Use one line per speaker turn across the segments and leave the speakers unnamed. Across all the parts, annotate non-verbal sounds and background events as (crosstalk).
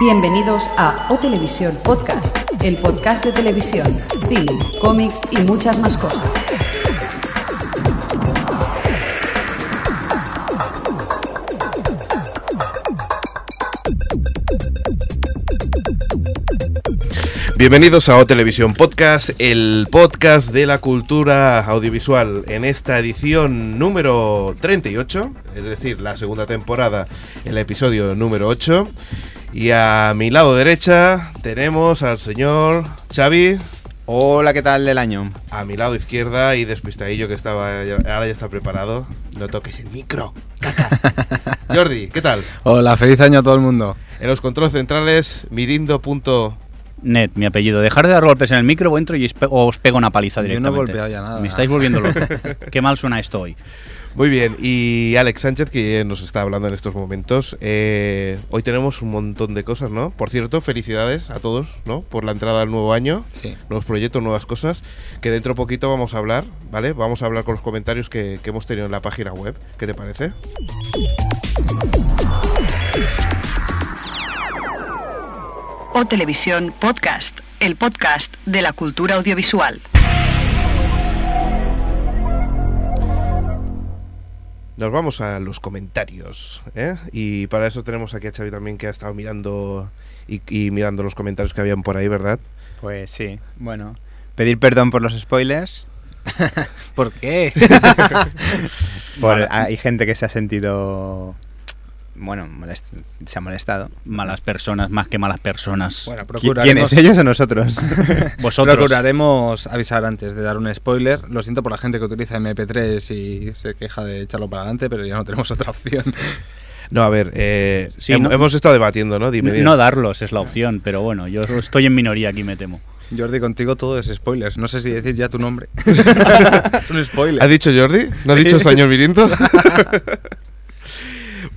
Bienvenidos a O Televisión Podcast, el podcast de televisión, cine, cómics y muchas más cosas.
Bienvenidos a O Televisión Podcast, el podcast de la cultura audiovisual en esta edición número 38, es decir, la segunda temporada, el episodio número 8. Y a mi lado derecha tenemos al señor Xavi,
Hola, ¿qué tal el año?
a mi lado izquierda y despistadillo que estaba ahora ya está preparado. No toques el micro, caca. Jordi, ¿qué tal?
Hola, feliz año a todo el mundo.
En los controles centrales, mirindo.com
Net, mi apellido. Dejar de dar golpes en el micro, o entro y os pe- os pego una
Yo
paliza
no he
directamente.
golpeado ya nada.
Me estáis volviendo
(laughs)
loco. Qué mal suena esto hoy.
Muy bien, y Alex Sánchez, que nos está hablando en estos momentos. Eh, hoy tenemos un montón de cosas, ¿no? Por cierto, felicidades a todos, ¿no? Por la entrada al nuevo año,
Sí.
nuevos proyectos, nuevas cosas, que dentro poquito vamos a hablar, ¿vale? Vamos a hablar con los comentarios que, que hemos tenido en la página web. ¿Qué te parece?
O Televisión Podcast, el podcast de la cultura audiovisual.
Nos vamos a los comentarios, ¿eh? Y para eso tenemos aquí a Xavi también, que ha estado mirando y, y mirando los comentarios que habían por ahí, ¿verdad?
Pues sí, bueno. Pedir perdón por los spoilers.
(laughs) ¿Por qué?
(laughs) Por-
Vale.
ah, Hay gente que se ha sentido. Bueno, molest- se ha molestado.
Malas personas, más que malas personas.
Bueno,
¿Qui-
procuraremos,
¿Quiénes, ellos o nosotros?
Vosotros.
procuraremos avisar antes de dar un spoiler. Lo siento por la gente que utiliza MP3 y se queja de echarlo para adelante, pero ya no tenemos otra opción. (laughs)
No, a ver, eh,
Sí,
hem-
¿no?
hemos estado debatiendo, ¿no? Dime, dime.
No darlos es la opción, pero bueno, yo estoy en minoría aquí, me temo.
Jordi, contigo todo es spoilers. No sé si decir ya tu nombre. (laughs) es un
¿Ha
spoiler.
dicho Jordi? ¿No ha dicho señor Mirinto?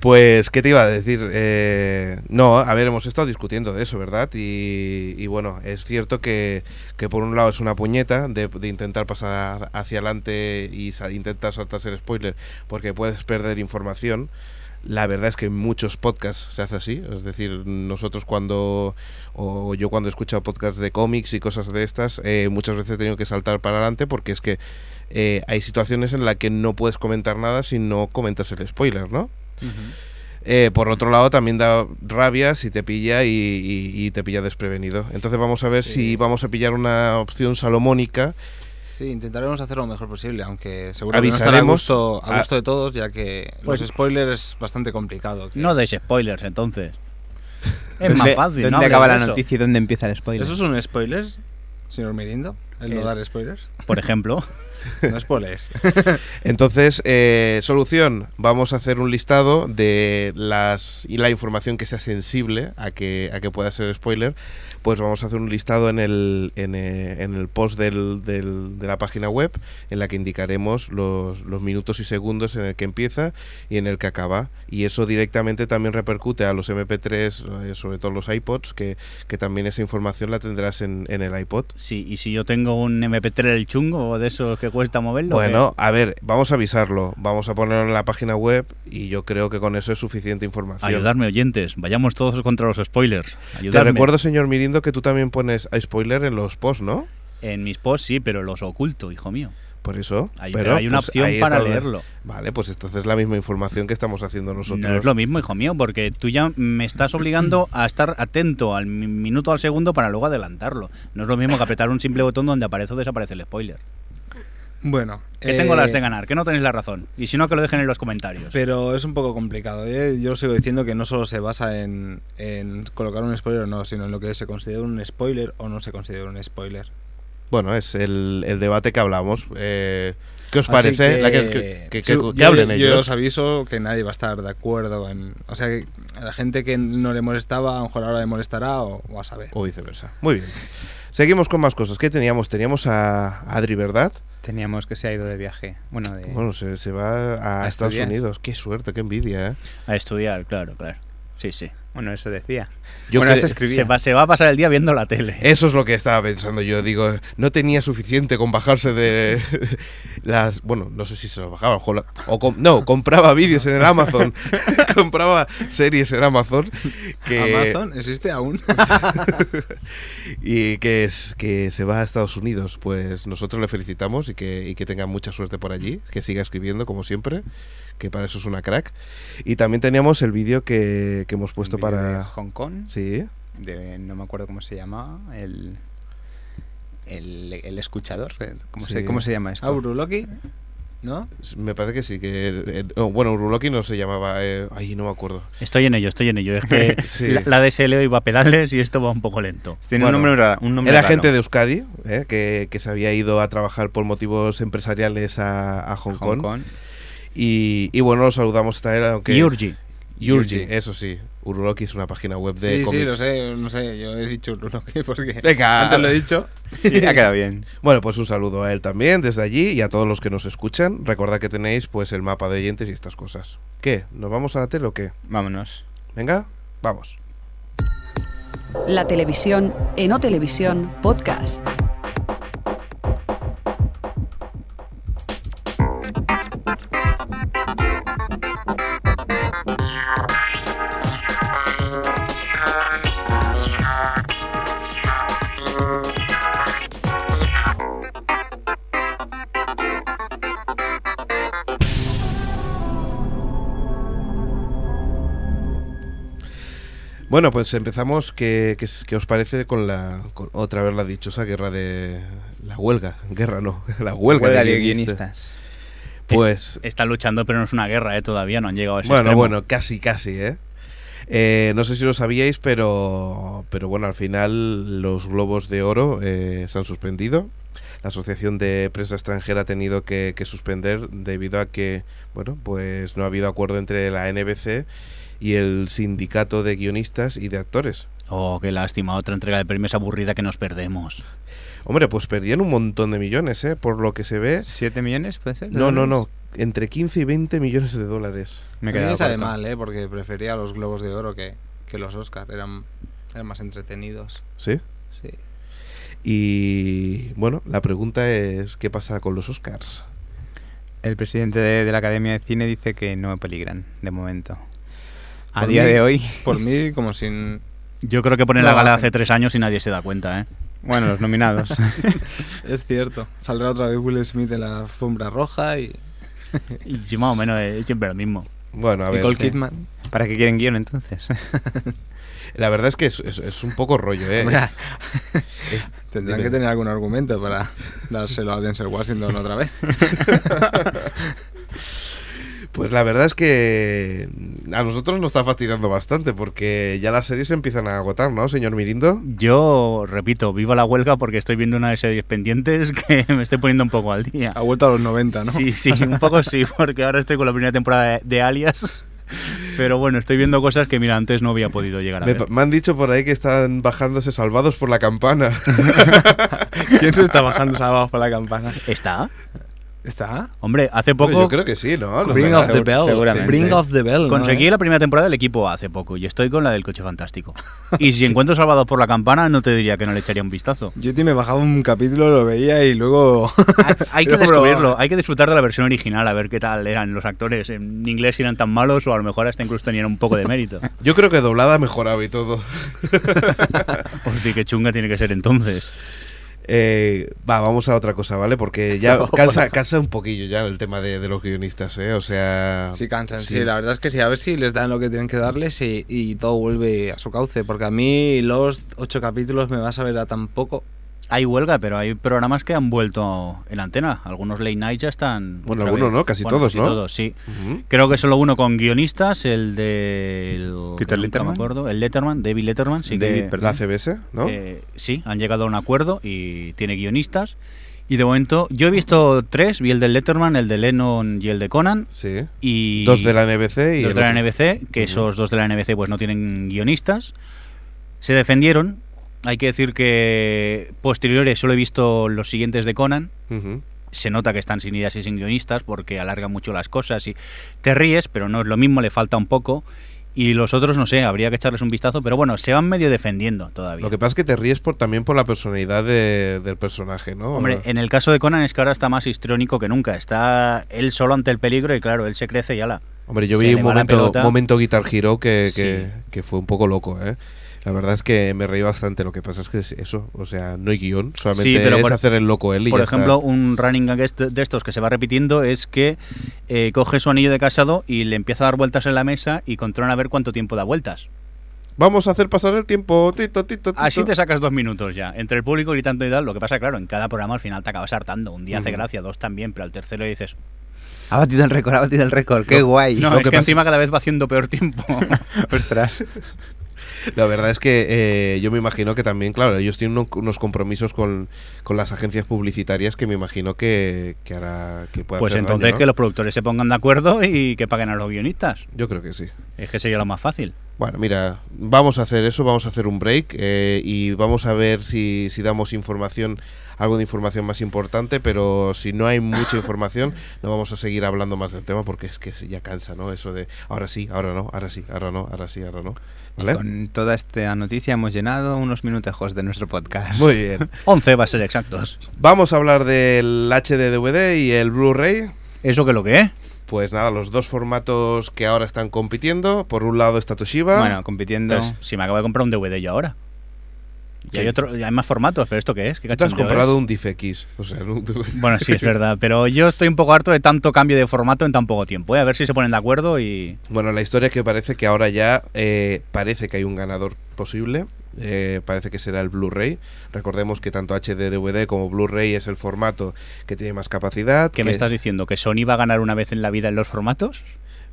pues, ¿qué te iba a decir? Eh, no, a ver, hemos estado discutiendo de eso, ¿verdad? Y, y bueno, es cierto que, que por un lado es una puñeta de, de intentar pasar hacia adelante y sa- intentar saltarse el spoiler porque puedes perder información. La verdad es que en muchos podcasts se hace así, es decir, nosotros cuando, o yo cuando he escuchado podcasts de cómics y cosas de estas, eh, muchas veces he tenido que saltar para adelante porque es que eh, hay situaciones en las que no puedes comentar nada si no comentas el spoiler, ¿no? Eh, por otro lado, también da rabia si te pilla y, y- y te pilla desprevenido. Entonces vamos a ver
Sí.
si vamos a pillar una opción salomónica.
Sí, intentaremos hacer lo mejor posible, aunque seguro que no estará a
Avisaremos
gusto, a
a-
gusto de todos, ya que
Pues-
los spoilers es bastante complicado. que-
No deis spoilers, entonces.
(laughs)
Es más
¿Dónde-
fácil, ¿no?
¿Dónde
hablar
acaba
de
la
eso.
noticia y dónde empieza el spoiler?
¿Eso es un spoiler, señor Mirindo? ¿El no
Eh,
dar spoilers?
Por ejemplo.
(laughs) No spoilers.
Entonces, eh, solución, vamos a hacer un listado de las y la información que sea sensible a que, a que pueda ser spoiler. Pues vamos a hacer un listado en el, en, eh, en el post del- del- de la página web en la que indicaremos los, los minutos y segundos en el que empieza y en el que acaba. Y eso directamente también repercute a los MP3, eh, sobre todo los iPods, que, que también esa información la tendrás en, en el iPod.
Sí, y si yo tengo un MP3 del chungo o de esos que cuesta moverlo. eh,
Bueno, a ver, vamos a avisarlo, vamos a ponerlo en la página web y yo creo que con eso es suficiente
¿qué?
información.
Ayudarme, oyentes. Vayamos todos contra los spoilers.
Te
Ayudarme.
recuerdo, señor Mirindo, que tú también pones a spoiler en los posts, ¿no?
En mis posts sí, pero los oculto, hijo mío.
Por eso.
Hay, pero hay una
pues,
opción
ahí
para
está lo de-
leerlo.
Vale, pues entonces es la misma información que estamos haciendo nosotros.
No es lo mismo, hijo mío, porque tú ya me
(clears throat)
estás obligando a estar atento al mi- minuto al segundo para luego adelantarlo. No es lo mismo que apretar un simple botón donde aparece o desaparece el spoiler.
(laughs) Bueno.
Que
eh,
tengo las de ganar, que no tenéis la razón. Y si no, que lo dejen en los comentarios.
Pero es un poco complicado. ¿eh? Yo sigo diciendo que no solo se basa en, en colocar un spoiler o no, sino en lo que se considera un spoiler o no se considera un spoiler.
Bueno, es el, el debate que hablamos. Eh, ¿Qué os
Así
parece?
que-
La que- que- que-
Sí,
que- que
yo-
hablen
yo,
ellos.
os aviso que nadie va a estar de acuerdo en. O sea, que a la gente que no le molestaba, a lo mejor ahora le molestará o, o a saber.
O viceversa. Muy bien. Seguimos con más cosas. ¿Qué teníamos? Teníamos a Adri, ¿verdad?
Teníamos que se ha ido de viaje. Bueno, de...
Bueno, se, se va a,
a
Ah,
Estados
estudiar.
Unidos. Qué suerte, qué envidia, ¿eh?
A estudiar, claro, claro. Sí, sí.
Bueno, eso decía.
Yo
bueno,
que-
eso escribía.
Se va, se va a pasar el día viendo la tele.
Eso es lo que estaba pensando yo. Digo, no tenía suficiente con bajarse de (laughs) las. Bueno, no sé si se lo bajaba. O, la- o com- no, compraba vídeos en el Amazon. (laughs) compraba series en Amazon. Que,
¿Amazon existe aún?
Y que, es, que se va a Estados Unidos. Pues nosotros le felicitamos y que, y que tenga mucha suerte por allí. Que siga escribiendo, como siempre. Que para eso es una crack. Y también teníamos el vídeo que, que hemos puesto
Un vídeo de
para.
Hong Kong.
Sí.
de- no me acuerdo cómo se llamaba. El, el, el escuchador. eh, ¿Cómo,
Sí.
se, ¿Cómo se
(laughs)
llama esto?
¿Auruloki? ¿No?
Me parece que sí, que... eh, oh, bueno, Uruloki no se llamaba... eh, ay, no me acuerdo.
Estoy en ello, estoy en ello. Es que
(laughs) Sí.
la, la DSL hoy va a pedales y esto va un poco lento.
Tiene
Bueno,
un nombre raro. Un nombre
Era
raro.
gente de Euskadi, eh, que, que se había ido a trabajar por motivos empresariales a, a Hong, Kong.
(laughs)
Y, y bueno, los saludamos también, aunque...
Yurgi.
Yurgi,
Yurgi.
eso sí. Uruloki es una página web de
Sí, sí,
cómics.
lo sé, no sé, yo he dicho Uruloki (laughs) porque
Venga.
antes lo he dicho.
Y ha quedado bien.
Bueno, pues un saludo a él también desde allí y a todos los que nos escuchan. Recordad que tenéis pues el mapa de oyentes y estas cosas. ¿Qué? ¿Nos vamos a la tele o qué?
Vámonos.
Venga, vamos.
La televisión en O Televisión Podcast.
Bueno, pues empezamos. ¿Qué, qué es- qué os parece con la con otra vez la dichosa guerra de la huelga? Guerra no, (laughs) la huelga,
Huelga
de
de
guionistas.
guionistas.
Pues
Está luchando, pero no es una guerra, ¿eh? todavía no han llegado a ese
bueno,
extremo.
bueno, casi, casi, ¿eh? Eh, no sé si lo sabíais, pero, pero bueno, al final los globos de oro eh, se han suspendido. La Asociación de Prensa Extranjera ha tenido que, que suspender debido a que, bueno, pues no ha habido acuerdo entre la NBC y el sindicato de guionistas y de actores.
Oh, qué lástima, otra entrega de premios aburrida que nos perdemos.
Hombre, pues perdían un montón de millones, ¿eh? Por lo que se ve.
¿Siete millones puede ser?
No, no, no. Entre 15 y 20 millones de dólares.
Me he
A mí
quedado
me sabe
corto.
mal, ¿eh? Porque prefería los Globos de Oro que, que los Oscar, eran, eran más entretenidos.
¿Sí?
Sí.
Y bueno, la pregunta es, ¿qué pasa con los Oscars?
El presidente de, de la Academia de Cine dice que no peligran, de momento. A
Por
día
mí-
de hoy.
(laughs)
Por mí, como sin...
Yo creo que ponen
No,
la gala
hacen.
hace tres años y nadie se da cuenta, ¿eh?
Bueno, los nominados.
(laughs)
Es cierto, saldrá otra vez Will Smith en la alfombra roja y
Y sí, más o menos es siempre lo mismo.
Bueno, a ver,
Nicole
sí.
Kidman.
¿Para qué quieren guión entonces? (laughs)
la verdad es que es, es- es un poco rollo, ¿eh?
Hombre,
Es- es-
Tendrán
dime.
que tener algún argumento para (laughs) dárselo a Denzel Washington otra vez.
Pues la verdad es que a nosotros nos está fastidiando bastante porque ya las series se empiezan a agotar, ¿no, señor Mirindo?
Yo, repito, viva la huelga porque estoy viendo una de series pendientes que (laughs) me estoy poniendo un poco al día.
Ha vuelto a los 90, ¿no?
Sí, sí, un poco sí, porque ahora estoy con la primera temporada de, de Alias. Pero bueno, estoy viendo cosas que, mira, antes no había podido llegar a
Me,
ver.
me han dicho por ahí que están bajándose salvados por la campana.
¿Quién se está bajando sábado por la campana?
¿Está?
¿Está?
Hombre, hace
(laughs)
poco
Yo creo que sí, ¿no? No
Ring
está-
of the Bell.
seguramente.
Ring of the Bell. ¿no
conseguí
es?
la primera temporada del equipo A hace poco y estoy con la del coche fantástico. Y si encuentro Salvados por la campana, no te diría que no le echaría un vistazo.
Yo tío, me bajaba un capítulo, lo veía y luego...
Hay, (laughs) hay que
Pero, bro,
descubrirlo, hay que disfrutar de la versión original, a ver qué tal eran los actores. En inglés si eran tan malos o a lo mejor hasta incluso tenían un poco de (laughs) mérito.
Yo creo que doblada ha mejorado y todo.
Hostia, qué chunga tiene Pues que ser entonces.
Eh, va, vamos a otra cosa, ¿vale? Porque ya
Vamos.
cansa, cansa un poquillo ya el tema de, de los guionistas, ¿eh? O sea...
(laughs) Sí, cansan, Ah, sí.
sí.
la verdad es que sí, a ver si les dan lo que tienen que darles y, y todo vuelve a su cauce, porque a mí los ocho capítulos me vas a ver a tan poco.
Hay huelga, pero hay programas que han vuelto en antena. Algunos late night ya están.
Bueno,
otra
algunos,
vez.
¿no? Casi todos, ¿no?
sí.
Ujú.
Creo que solo uno con guionistas, el de. el- que
Peter
nunca
Letterman.
me acuerdo, el Letterman, David Letterman. Sí,
David,
que,
perdón.
La CBS, ¿no?
eh, sí, han llegado a un acuerdo y tiene guionistas. Y de momento, yo he visto tres: vi el de Letterman, el de Lennon y el de Conan.
sí.
Y
Dos de la NBC y...
dos
el
de la
otro.
NBC, que esos dos de la NBC pues no tienen guionistas. Se defendieron. Hay que decir que posteriores solo he visto los siguientes de Conan.
Ujú.
Se nota que están sin ideas y sin guionistas porque alargan mucho las cosas y te ríes, pero no es lo mismo, le falta un poco. Y los otros, no sé, habría que echarles un vistazo, pero bueno, se van medio defendiendo todavía.
Lo que pasa es que te ríes por, también por la personalidad de- del personaje, ¿no? Ah,
Hombre, en el caso de Conan es que ahora está más histriónico que nunca. Está él solo ante el peligro y claro, él se crece y ala.
Hombre, yo
eh, se
vi
le
un
va la
momento,
pelota.
momento Guitar Hero que, que,
Sí.
que fue un poco loco, ¿eh? La verdad es que me reí bastante. Lo que pasa es que es eso, o sea, no hay guión, solamente
Sí, pero
es
por-
hacer el loco él y
Por
ya está.
ejemplo, un running gag est- de estos que se va repitiendo es que eh, coge su anillo de casado y le empieza a dar vueltas en la mesa y controla a ver cuánto tiempo da vueltas.
Vamos a hacer pasar el tiempo, tito, tito, tito.
Así te sacas dos minutos ya, entre el público gritando y tal. Lo que pasa, claro, en cada programa al final te acabas hartando. Un día hace
Ujú.
gracia, dos también, pero al tercero dices,
Ha batido el récord, ha batido el récord. Qué guay.
no,
lo
es
que
que,
pasa-
(laughs)
encima cada vez va haciendo
(laughs)
peor tiempo.
Ostras.
La verdad es que eh, yo me imagino que también, claro, ellos tienen uno- unos compromisos con, con las agencias publicitarias que me imagino que, que hará que pueda
pues
hacer
entonces
daño, ¿no?
que los productores se pongan de acuerdo y que paguen a los guionistas.
Yo creo que sí.
Es que sería lo más fácil.
Bueno, mira, vamos a hacer eso, vamos a hacer un break eh, y vamos a ver si, si damos información, algo de información más importante, pero si no hay
(laughs)
mucha información, no vamos a seguir hablando más del tema porque es que ya cansa, ¿no? Eso de ahora sí, ahora no, ahora sí, ahora no, ahora sí, ahora no.
Y
¿Vale?
con toda esta noticia hemos llenado unos minutejos de nuestro podcast.
Muy bien.
11 va a ser exactos.
Vamos a hablar del HD DVD y el Blu-ray.
¿Eso que lo que es?
Pues nada, los dos formatos que ahora están compitiendo. Por un lado está Toshiba.
Bueno, compitiendo.
Pues, si me acabo de comprar un DVD yo ahora. Y
Sí.
hay, otro, y hay más formatos, pero ¿esto qué es? ¿Qué
Tú te has
cachondeo
comprado
es?
un DifX. O sea, un-
(laughs) Bueno, sí, es verdad, pero yo estoy un poco harto de tanto cambio de formato en tan poco tiempo. ¿eh? A ver si se ponen de acuerdo y...
(laughs) Bueno, la historia es que parece que ahora ya eh, parece que hay un ganador posible. eh, parece que será el Blu-ray. Recordemos que tanto HD DVD como Blu-ray es el formato que tiene más capacidad.
¿Qué me estás diciendo? ¿Que Sony va a ganar una vez en la vida en los formatos?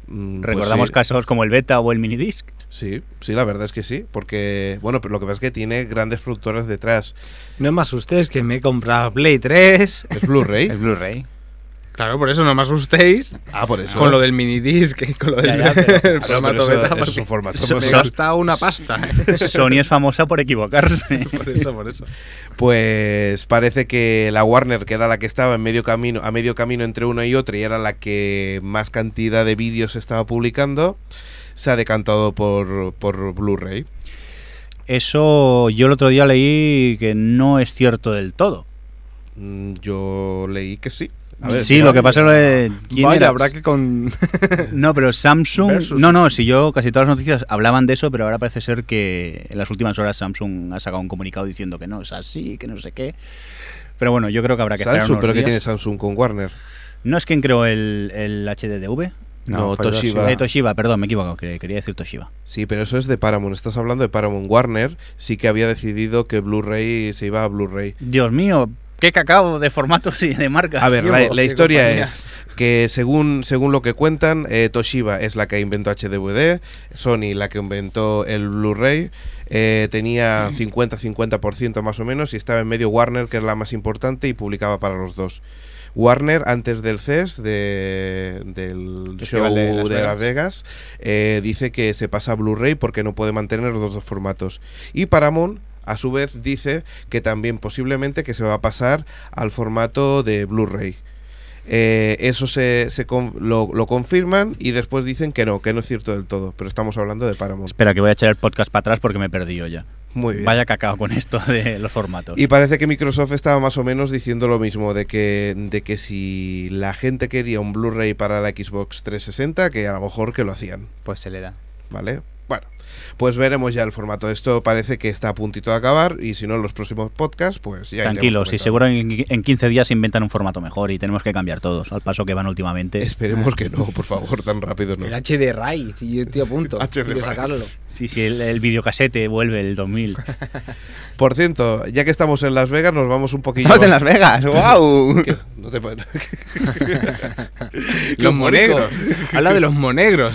Mm, pues
Recordamos
sí.
casos como el Beta o
(laughs)
el Minidisc.
Sí, sí, la verdad es que sí. Porque, bueno, pero lo que pasa es que tiene grandes productoras detrás.
No me asustéis que me he comprado Play 3.
Es
(laughs)
Blu-ray.
El Blu-ray.
Claro, por eso no me asustéis.
ah, por eso.
Con lo del minidisc (laughs) y con lo
Ya,
del
ya, pero-
el
Ah, no,
formato
pero eso-
beta.
eso es
porque
un
(laughs)
formato.
eso me
Son-
gasta una pasta. ¿eh? (laughs)
Sony es famosa por
(laughs)
equivocarse.
por eso, por eso.
Pues parece que la Warner, que era la que estaba en medio camino, a medio camino entre una y otra, y era la que más cantidad de vídeos estaba publicando, se ha decantado por, por Blu-ray.
Eso yo el otro día leí que no es cierto del todo.
Mm, Yo leí que sí. A ver,
Sí,
espera.
lo que pasa es lo de- ¿quién
Vaya,
era?
habrá que con.
(laughs) No, pero Samsung.
Versus.
No, no, si yo casi todas las noticias hablaban de eso, pero ahora parece ser que en las últimas horas Samsung ha sacado un comunicado diciendo que no es así, que no sé qué. Pero bueno, yo creo que habrá que esperar
Samsung,
unos
pero ¿qué
días.
tiene Samsung con Warner?
No es quien creó el, el HDDV.
No,
fue el
Toshiba.
Eh, Toshiba, perdón, me he equivocado, que- quería decir Toshiba.
Sí, pero eso es de Paramount. Estás hablando de Paramount. Warner sí que había decidido que Blu-ray se iba a Blu-ray.
Dios mío, qué cacao de formatos y de marcas.
A ver,
tío.
la,
tío,
la
qué
historia
compañías.
es que según, según lo que cuentan, eh, Toshiba es la que inventó HDVD, Sony la que inventó el Blu-ray, eh, tenía 50-50% más o menos y estaba en medio Warner, que es la más importante, y publicaba para los dos. Warner, antes del CES, de- del show
Festival de Las
de Las Vegas, eh, dice que se pasa a Blu-ray porque no puede mantener los dos formatos. Y Paramount, a su vez, dice que también posiblemente que se va a pasar al formato de Blu-ray. Eh, eso se, se con- lo, lo confirman y después dicen que no, que no es cierto del todo, pero estamos hablando de Paramount.
Espera, que voy a echar el podcast para atrás porque me he perdido ya.
Muy bien.
Vaya cacao con esto de los formatos.
Y parece que Microsoft estaba más o menos diciendo lo mismo, de que, de que si la gente quería un Blu-ray para la Xbox 360, que a lo mejor que lo hacían,
Pues se le da.
¿vale? Bueno, pues veremos ya el formato. Esto parece que está a puntito de acabar y si no, en los próximos podcasts, pues ya... iremos
Tranquilos, y
comentando.
seguro en, en 15 días se inventan un formato mejor y tenemos que cambiar todos, al paso que van últimamente.
Esperemos que no, por favor, tan rápido no.
El HD Ray, y yo estoy a (laughs) punto.
El HD
Hay que
Ray.
sacarlo.
Sí, sí, el, el videocasete vuelve el 2000.
Por cierto, ya que estamos en Las Vegas, nos vamos un poquillo...
Estamos en
(laughs)
Las Vegas. ¡Wow!
¿Qué? No te puedo- (laughs)
Los
Qué
monegros. (laughs) Habla de los monegros.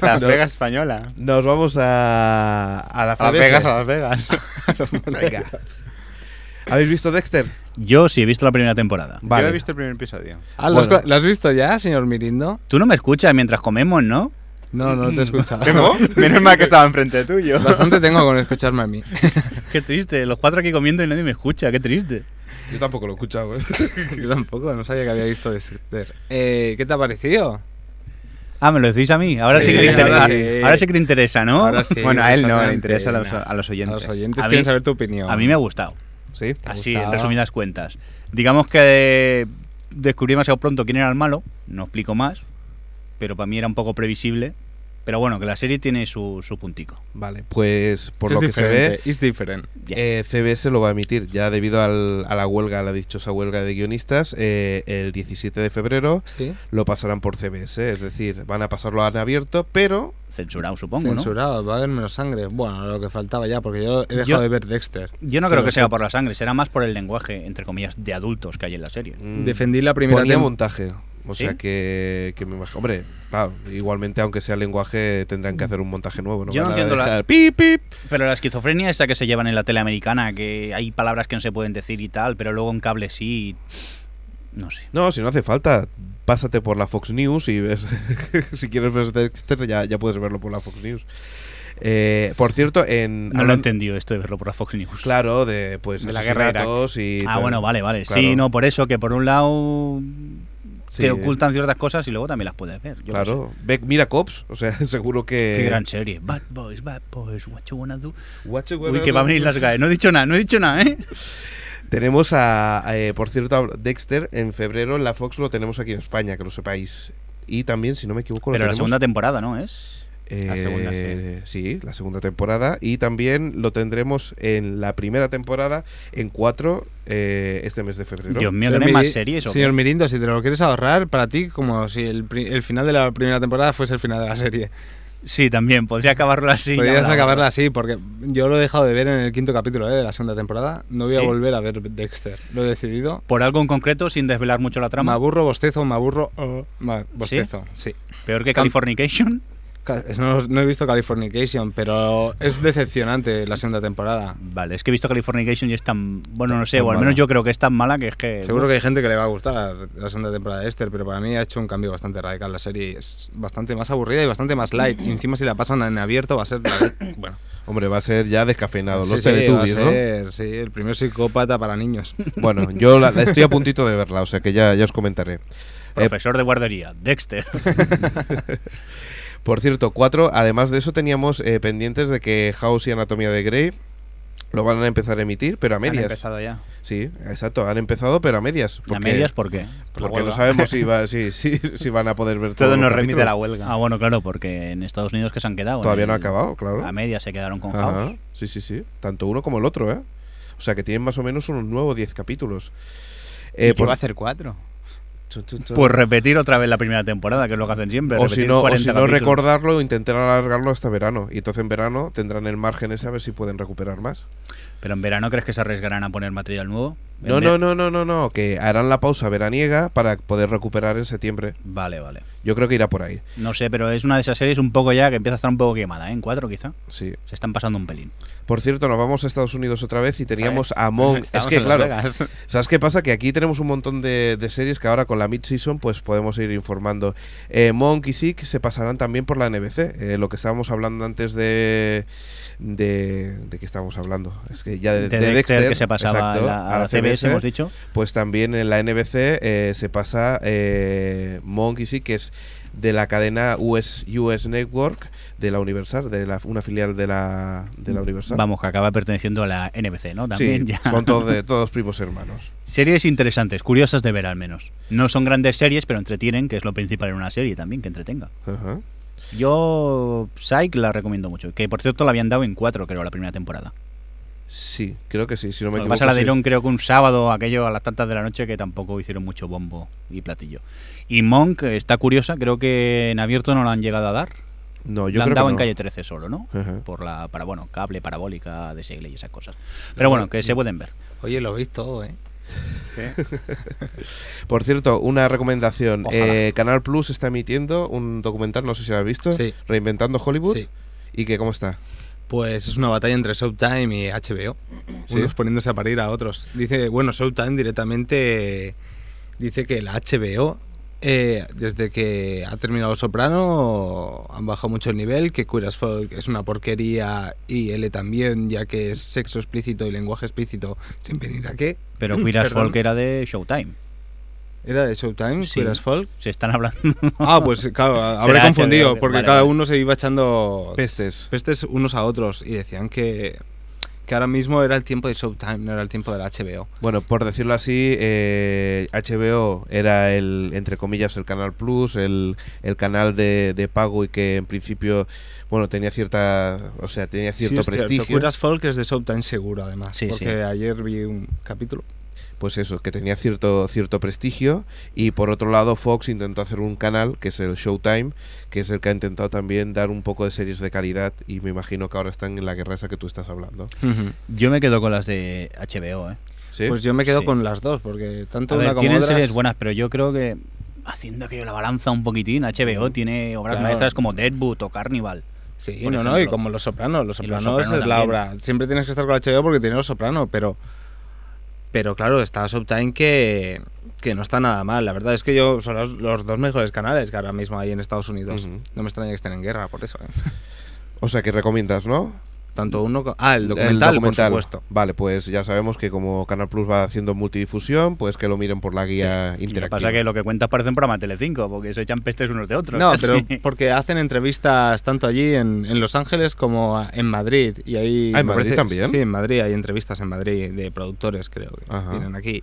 Las Vegas española.
Nos vamos a, a la
Las
FBS.
Vegas, a Las Vegas.
(laughs) Venga. ¿Habéis visto Dexter?
(laughs) Yo sí he visto la primera temporada.
Yo he visto el primer (laughs) episodio.
Ah, ¿lo has-
Bueno.
¿Lo has visto ya, señor Mirindo?
Tú no me escuchas mientras comemos, ¿no? (laughs)
No, no te
(laughs)
he escuchado.
Menos mal que estaba enfrente tuyo.
Bastante tengo con escucharme a mí. (laughs)
Qué triste, los cuatro aquí comiendo y nadie me escucha, qué triste.
Yo tampoco lo he escuchado. ¿eh?
Yo tampoco, no sabía que había visto Dexter. Eh, ¿Qué te ha parecido?
Ah, me lo decís a mí. Ahora sí,
Sí,
que, te interesa,
ahora
ahora,
sí.
sí que te interesa, ¿no?
Ahora sí,
bueno, a él no, le
bastante,
interesa a los,
no.
a los
A
oyentes.
los oyentes
A
quieren
mí-
saber tu opinión.
A mí me ha gustado.
Sí.
Así, en
gustado?
resumidas cuentas. Digamos que descubrí demasiado pronto quién era el malo, no explico más, pero para mí era un poco previsible. Pero bueno, que la serie tiene su, su puntico.
(laughs) Vale, pues por
Es
lo que se ve,
diferente, Es diferente.
Ya.
Eh, CBS lo va a emitir ya debido al- a la huelga, a la dichosa huelga de guionistas, eh, el 17 de febrero
Sí.
lo pasarán por CBS, ¿eh? es decir, van a pasarlo en abierto, pero
Censurado, supongo, ¿no?
Censurado, va a haber menos sangre. Bueno, lo que faltaba ya, porque yo he dejado
Yo-
de ver Dexter.
Yo no creo
Pero
que
sí.
sea por la sangre, será más por el lenguaje, entre comillas, de adultos que hay en la serie.
mm,
Defendí la primera
ponía
temporada.
montaje. O
¿Sí?
sea que, que me imag- Hombre, claro, igualmente, aunque sea lenguaje, tendrán que hacer un montaje nuevo. No
Yo
van
no
a
entiendo la-
dejar pip, pip.
Pero la esquizofrenia esa que se llevan en la tele americana, que hay palabras que no se pueden decir y tal, pero luego en cable sí. y- No sé.
No, si no hace falta, pásate por la Fox News y ves. (laughs) si quieres ver Dexter, ya, ya puedes verlo por la Fox News. Eh, por cierto, en.
No lo he
hablan-
entendido esto de verlo por la Fox News.
Claro, de pues
De la guerra de Irak.
asesinatos y
Ah,
tal.
bueno, vale, vale. Sí,
Claro.
no, por eso que por un lado
Sí,
te ocultan ciertas cosas y luego también las puedes ver. yo qué sé.
Claro, Eh. Ve- mira Cops, o sea, (laughs) seguro que
Qué gran serie. Bad Boys, Bad Boys, What You Wanna Do.
Guacho,
Uy,
guacho,
que va a venir las GAE. No he dicho nada, no he dicho nada, ¿eh?
Pues Tenemos a, a, eh, por cierto, a Dexter en febrero en la Fox lo tenemos aquí en España, que lo sepáis. Y también, si no me equivoco,
Pero
lo
la
tenemos
segunda temporada, ¿no? Es.
eh,
la segunda, sí.
sí, la segunda temporada y también lo tendremos en la primera temporada en 4 este mes de febrero.
Dios mío,
Señor
que no hay más
Miri-
series. ¿o qué?
Señor Mirindo, si te lo quieres ahorrar, para ti, como si el, pri- el final de la primera temporada fuese el final de la serie.
Sí, también. Podría acabarlo así.
Podrías
ya me la-
acabarla así, porque yo lo he dejado de ver en el quinto capítulo ¿eh? de la segunda temporada. No voy
Sí.
a volver a ver Dexter. Lo he decidido.
Por algo en concreto, sin desvelar mucho la
Me
trama.
aburro, bostezo, me aburro. oh, ma- bostezo, sí.
Peor que
Cam-
Californication.
Ca- No, no he visto Californication, pero es decepcionante la segunda temporada.
Vale, es que he visto Californication y es tan. Bueno, no sé,
Tan
o al
mala.
menos yo creo que es tan mala que es que.
Seguro que hay gente que le va a gustar la segunda temporada de Esther, pero para mí ha hecho un cambio bastante radical la serie. Es bastante más aburrida y bastante más light. Y encima si la pasan en abierto va a ser... la- (coughs) Bueno,
Hombre, va a ser ya descafeinado
sí,
los
sí, va a
Teletubbies, ¿no?
ser, sí, el primer psicópata para niños.
Bueno, yo la- la estoy a puntito de verla, o sea que ya, ya os comentaré. Eh,
Profesor de guardería,
(laughs)
Dexter.
Por cierto, 4, además de eso teníamos eh, pendientes de que House y Anatomía de Grey lo van a empezar a emitir, pero a
Han
medias.
empezado ya.
Sí, exacto, han empezado, pero a medias.
¿A
porque-
medias por qué?
Porque no sabemos si,
(laughs)
va- si, si- si van a poder ver
Todo
todos los
nos remite
capítulos.
a la huelga.
Ah, bueno, claro, porque en Estados Unidos que se han quedado.
Todavía
En
no ha
el-
acabado, claro.
A media se quedaron con
Ajá,
House.
Sí, sí, sí. Tanto uno como el otro, ¿eh? O sea que tienen más o menos unos nuevos 10 capítulos. Eh,
¿Y qué
por-
va a hacer cuatro?
Chun, chun, chun.
Pues repetir otra vez la primera temporada, que es lo que hacen siempre.
o
repetir
si no, o
40
si no
capítulos.
recordarlo, intentar alargarlo hasta verano. Y entonces en verano tendrán el margen ese a ver si pueden recuperar más.
Pero en verano, ¿crees que se arriesgarán a poner material nuevo? En
No,
ve-
no, no, no, no, no, que harán la pausa veraniega para poder recuperar en septiembre.
Vale, vale.
Yo creo que irá por ahí.
No sé, pero es una de esas series un poco ya que empieza a estar un poco quemada, ¿eh? En cuatro quizá.
Sí.
Se están pasando un pelín.
Por cierto, nos vamos a Estados Unidos otra vez y teníamos a
(laughs)
Among.
Estamos
Es que
en Las
claro,
Vegas.
¿sabes qué pasa? Que aquí tenemos un montón de, de series que ahora con la mid season pues podemos ir informando. Eh, Monk y Sick se pasarán también por la NBC, eh, lo que estábamos hablando antes de de, de qué estábamos hablando. Es que ya de,
De,
de
Dexter, que se pasaba
exacto,
a la, a la CBS, hemos dicho.
pues también en la NBC eh, se pasa eh, Monk y sí, que es de la cadena US, US Network de la Universal, de la, una filial de la, de la Universal.
Vamos, que acaba perteneciendo a la NBC, ¿no?
sí,
También ya.
son todos, de- todos primos hermanos.
(laughs) Series interesantes, curiosas de ver al menos. No son grandes series, pero entretienen, que es lo principal en una serie también, que entretenga.
Ajá.
Yo Psych la recomiendo mucho, que por cierto la habían dado en cuatro, creo, la primera temporada.
Sí, creo que sí, si no me
Lo que
equivoco.
pasa la
sí.
dieron creo que un sábado, aquello a las tantas de la noche, que tampoco hicieron mucho bombo y platillo. Y Monk está curiosa, creo que en abierto no la han llegado a dar.
No, yo
la han
creo
dado
que
en
no.
calle 13 solo, ¿no?
Ajá.
Por la, para, bueno, cable, parabólica, de segle y esas cosas. Pero bueno, que se pueden ver.
(laughs) Oye, lo veis todo, ¿eh?
Por cierto, una recomendación.
Ojalá.
Eh, Canal Plus está emitiendo un documental, no sé si lo has visto,
Sí.
Reinventando Hollywood.
Sí.
¿Y que cómo está?
Pues es una batalla entre Showtime y HBO.
Sí.
Unos poniéndose a parir a otros. Dice, bueno, Showtime directamente dice que la HBO, eh, desde que ha terminado Soprano, han bajado mucho el nivel, que Queer as Folk es una porquería y L también, ya que es
(clears throat)
sexo explícito y lenguaje explícito sin pedir a qué.
Pero Queer as
Perdón.
Folk era de Showtime.
¿Era de Showtime?
Sí.
Queer as Folk.
Se están hablando. (laughs)
Ah, pues claro, habré
Será
confundido,
HBO,
porque
vale,
cada
vale.
uno se iba echando
Pestes.
pestes unos a otros y decían que, que ahora mismo era el tiempo de Showtime, no era el tiempo del HBO.
Bueno, por decirlo así, eh, HBO era el, entre comillas, el canal Plus, el, el canal de, de pago y que en principio, bueno, tenía cierta, o sea, tenía
Sí,
cierto
es cierto,
prestigio.
Queer as Folk es de Showtime seguro, además,
Sí, sí.
porque ayer vi un capítulo.
Pues eso, que tenía cierto, cierto prestigio. Y por otro lado, Fox intentó hacer un canal, que es el Showtime, que es el que ha intentado también dar un poco de series de calidad. Y me imagino que ahora están en la guerra esa que tú estás hablando.
Yo me quedo con las de HBO, ¿eh?
¿Sí?
Pues yo me quedo
Sí.
con las dos, porque tanto
A
una
ver,
como
tienen
otras-
series buenas, pero yo creo que haciendo que yo la balanza un poquitín, HBO tiene obras
Claro.
maestras como Deadwood o Carnival.
Sí,
por
no, no, y
ejemplo.
como Los Sopranos. Los
Y Los
Sopranos,
Soprano
es la
también.
obra. Siempre tienes que estar con HBO porque tiene Los Sopranos, pero. Pero claro, está Showtime que, que no está nada mal. La verdad es que yo son los, los dos mejores canales que ahora mismo hay en Estados Unidos.
Ujú.
No me extraña que estén en guerra por eso. ¿eh? (laughs)
O sea, que recomiendas, ¿no?
Tanto uno. co- Ah, el documental,
documental.
por supuesto.
Vale, pues ya sabemos que como Canal Plus va haciendo multidifusión, pues que lo miren por la guía
Y Lo que
interactiva.
pasa es que lo que cuentas parece un programa de Telecinco, porque se echan pestes unos de otros.
No,
(laughs) casi.
pero porque hacen entrevistas tanto allí en, en Los Ángeles como a- en Madrid. Y ahí
Ah, en
me
Madrid también.
Sí, en Madrid hay entrevistas en Madrid de productores, creo, que
Ajá.
vienen aquí.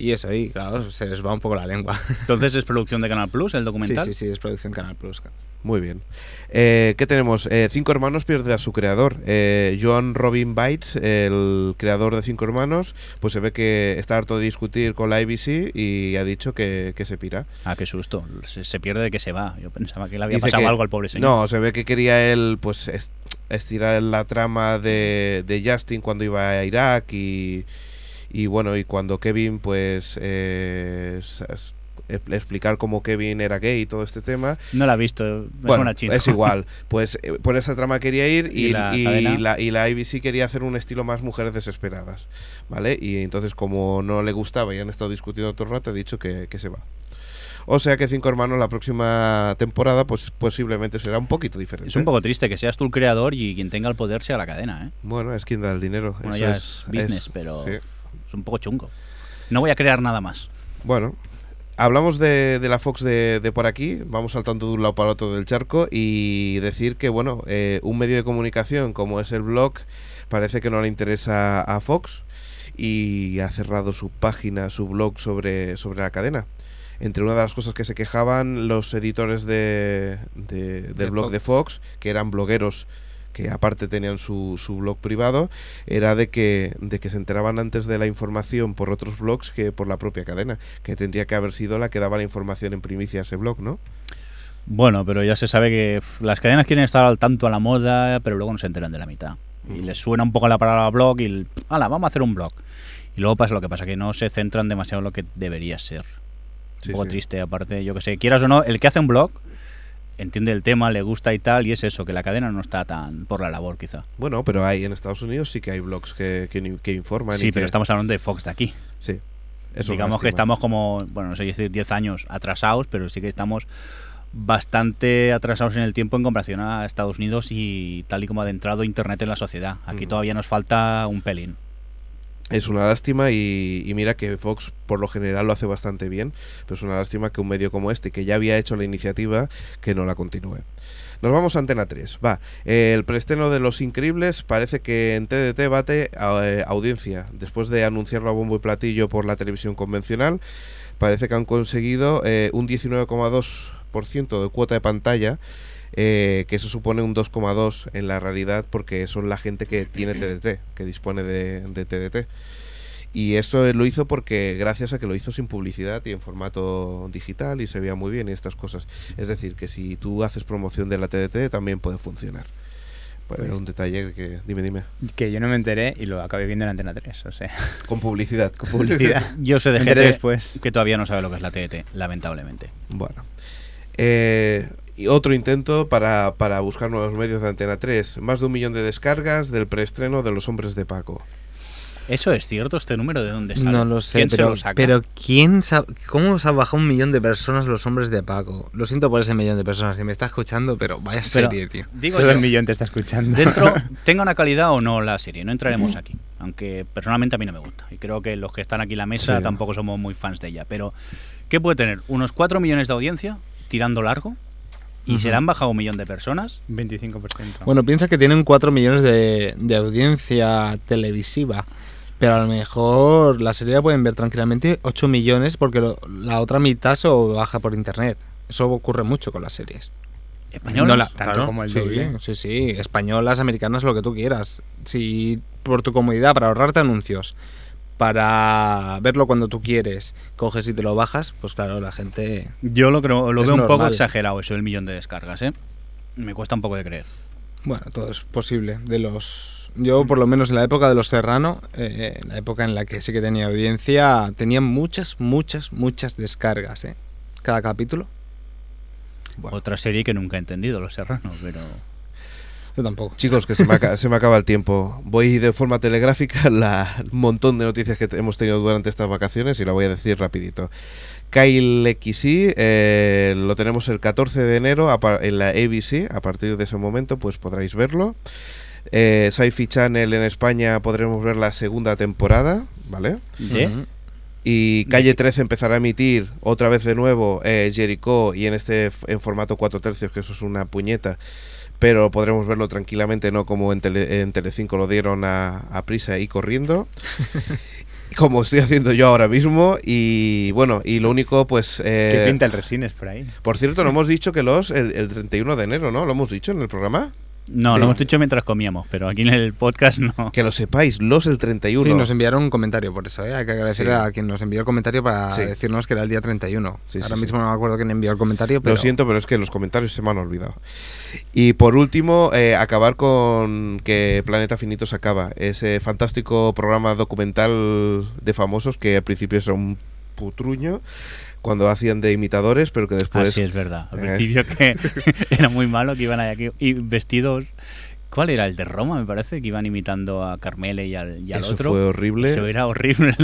Y eso ahí, claro, se les va un poco la lengua. (laughs)
Entonces es producción de Canal Plus, el documental. Pues
Sí, sí, sí, es producción Canal Plus.
Muy bien. Eh, ¿Qué tenemos? Eh, Cinco Hermanos pierde a su creador. Eh, John Robin Bites, el creador de Cinco Hermanos, pues se ve que está harto de discutir con la ABC y ha dicho que, que se pira.
Ah, qué susto. Se, se pierde de que se va. Yo pensaba que le había
Dice
pasado
que-
algo al pobre señor.
No, se ve que quería él pues est- estirar la trama de, de Justin cuando iba a Irak y, y bueno, y cuando Kevin pues eh, s- s- e- explicar cómo Kevin era gay y todo este tema.
No la he visto. Me
bueno,
suena chino.
es igual. Pues eh, por esa trama quería ir y,
Y la
y
cadena.
la, y la ABC quería hacer un estilo más mujeres desesperadas, ¿vale? Y entonces como no le gustaba y han estado discutiendo todo el rato, he dicho que, que se va. O sea que Cinco Hermanos la próxima temporada pues posiblemente será un poquito diferente.
(laughs) Es un poco triste que seas tú el creador y quien tenga el poder sea la cadena, ¿eh?
Bueno, es quien da el dinero.
Bueno,
eso
ya
es,
es business,
es-
pero
sí.
es un poco chungo. No voy a crear nada más.
Bueno, hablamos de, de la Fox de, de por aquí, vamos saltando de un lado para otro del charco y decir que, bueno, eh, un medio de comunicación como es el blog parece que no le interesa a Fox y ha cerrado su página, su blog sobre, sobre la cadena. Entre una de las cosas que se quejaban los editores de, de- del
De
blog
Fox.
de Fox, que eran blogueros que aparte tenían su, su blog privado, era de que, de que se enteraban antes de la información por otros blogs que por la propia cadena, que tendría que haber sido la que daba la información en primicia a ese blog, ¿no?
Bueno, pero ya se sabe que pf, las cadenas quieren estar al tanto a la moda, pero luego no se enteran de la mitad.
Mm.
Y les suena un poco la palabra blog y, el, ala, vamos a hacer un blog. Y luego pasa lo que pasa, que no se centran demasiado en lo que debería ser.
Sí,
un poco
sí.
triste, aparte, yo que sé, quieras o no, el que hace un blog entiende el tema, le gusta y tal, y es eso, que la cadena no está tan por la labor quizá.
Bueno, pero hay en Estados Unidos sí que hay blogs que, que ni- que informan. y
sí, pero
que-
estamos hablando de Fox de aquí.
Sí. es una
Digamos que
lástima.
estamos como, bueno, no sé decir 10 años atrasados, pero sí que estamos bastante atrasados en el tiempo en comparación a Estados Unidos y tal y como ha adentrado Internet en la sociedad. Aquí
Mm.
Ujú.
todavía nos falta un pelín.
Es una lástima y, y mira que Fox por lo general lo hace bastante bien, pero es una lástima que un medio como este, que ya había hecho la iniciativa, que no la continúe. Nos vamos a Antena 3. Va, eh, el preestreno de Los Increíbles parece que en TDT bate a- eh, audiencia. Después de anunciarlo a bombo y platillo por la televisión convencional, parece que han conseguido eh, un 19,2% de cuota de pantalla. eh, que eso supone un 2,2 en la realidad porque son la gente que tiene TDT, que dispone de, de TDT. Y esto lo hizo porque gracias a que lo hizo sin publicidad y en formato digital y se veía muy bien y estas cosas. Es decir, que si tú haces promoción de la TDT también puede funcionar. Bueno, era
Pues-
un detalle que... Dime, dime.
Que yo no me enteré y lo acabé viendo en Antena 3, o sea,
Con publicidad.
con publicidad.
Yo sé de
Me enteré
gente
después.
que todavía no sabe lo que es la TDT, lamentablemente.
(laughs) Bueno. Eh, y otro intento para, para buscar nuevos medios de Antena 3. Más de un millón de descargas del preestreno de Los Hombres de Paco.
¿Eso es cierto? ¿Este número de dónde sale?
No lo sé,
¿Quién se
pero,
lo saca?
pero ¿quién sa- ¿cómo se ha bajado un millón de personas los hombres de Paco? Lo siento por ese millón de personas, si me está escuchando, pero vaya
Pero-
serie, tío.
Digo
Solo
yo,
(laughs) el millón te está escuchando.
dentro, tenga una calidad o no la serie, no entraremos aquí. Aunque personalmente a mí no me gusta. Y creo que los que están aquí en la mesa
Sí.
tampoco somos muy fans de ella. Pero, ¿qué puede tener? Unos 4 millones de audiencia tirando largo y se le han bajado un millón de personas.
25%.
Bueno, piensa que tienen 4 millones de, de audiencia televisiva, pero a lo mejor la serie la pueden ver tranquilamente 8 millones porque lo- la otra mitad se baja por internet. Eso ocurre mucho con las series.
Españolas.
No la-
Tanto como el
sí,
doble.
Sí, sí, españolas, americanas, lo que tú quieras. Si por tu comodidad, para ahorrarte anuncios, para verlo cuando tú quieres, coges y te lo bajas, pues claro, la gente...
Yo lo, creo, lo
Es
veo un poco
normal.
exagerado eso del millón de descargas, ¿eh? Me cuesta un poco de creer.
Bueno, todo es posible. De los, yo por lo menos en la época de los Serrano, eh, la época en la que sí que tenía audiencia, tenían muchas, muchas, muchas descargas, ¿eh? Cada capítulo.
Bueno.
Otra serie que nunca he entendido, Los Serranos, pero...
Yo tampoco.
Chicos, que se me, aca- (laughs) se me acaba el tiempo. Voy de forma telegráfica la el montón de noticias que te- hemos tenido durante estas vacaciones y la voy a decir rapidito. Kyle XI eh, lo tenemos el 14 de enero a par- en la ABC. A partir de ese momento, pues podréis verlo. Eh, Sci-Fi Channel en España podremos ver la segunda temporada, ¿vale?
¿De?
Ujú.
Y Calle 13 empezará a emitir otra vez de nuevo eh, Jericho y en este f- en formato 4 tercios, que eso es una puñeta, pero podremos verlo tranquilamente, no como en, tele, en Telecinco lo dieron a, a prisa y corriendo. Como estoy haciendo yo ahora mismo, y bueno, y lo único, pues. eh,
¿Qué pinta el resines por ahí?
Por cierto, no hemos dicho que los. El, el 31 de enero, ¿no? ¿Lo hemos dicho en el programa?
No,
Sí.
lo hemos dicho mientras comíamos, pero aquí en el podcast no.
Que lo sepáis, los el 31.
Sí, nos enviaron un comentario por eso, ¿eh? Hay que agradecer
Sí.
a quien nos envió el comentario para
Sí.
decirnos que era el día 31.
Sí, sí,
Ahora
sí.
mismo no me acuerdo quién envió el comentario, pero...
Lo siento, pero es que los comentarios se me han olvidado. Y por último, eh, acabar con que Planeta Finito se acaba. Ese fantástico programa documental de famosos que al principio era un putruño cuando hacían de imitadores, pero que después...
Así Ah, es verdad. Al
eh.
principio
(laughs)
que era muy malo que iban ahí aquí y vestidos... ¿Cuál era? El de Roma, me parece, que iban imitando a Carmele y al, y al
Eso
otro.
fue horrible.
Eso
(laughs)
era horrible.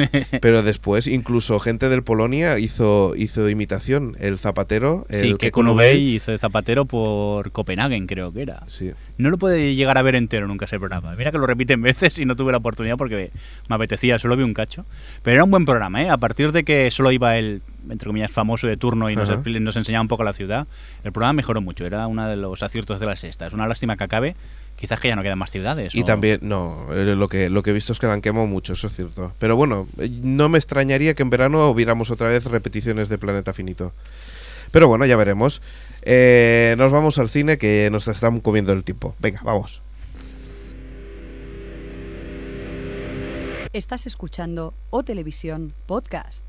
Pero después, incluso gente del Polonia hizo, hizo imitación. El zapatero, el
sí, que
Keko
Konobei
Nubei.
hizo de zapatero por Copenhagen, creo que era.
Sí.
No lo puede llegar a ver entero nunca ese programa. Mira que lo repiten (laughs) veces y no tuve la oportunidad porque me apetecía, solo vi un cacho. Pero era un buen programa, ¿eh? A partir de que solo iba el, entre comillas, famoso de turno y nos,
Ajá.
expli- nos enseñaba un poco la ciudad, el programa mejoró mucho. Era uno de los aciertos de la sexta. Es una lástima que acabe. Quizás que ya no quedan más ciudades.
Y
o-
también, no, eh, lo que, lo que he visto es que la han quemado mucho, eso es cierto. Pero bueno, eh, no me extrañaría que en verano hubiéramos otra vez repeticiones de Planeta Finito. Pero bueno, ya veremos. Eh, nos vamos al cine que nos están comiendo el tiempo. Venga, vamos.
Estás escuchando O Televisión Podcast.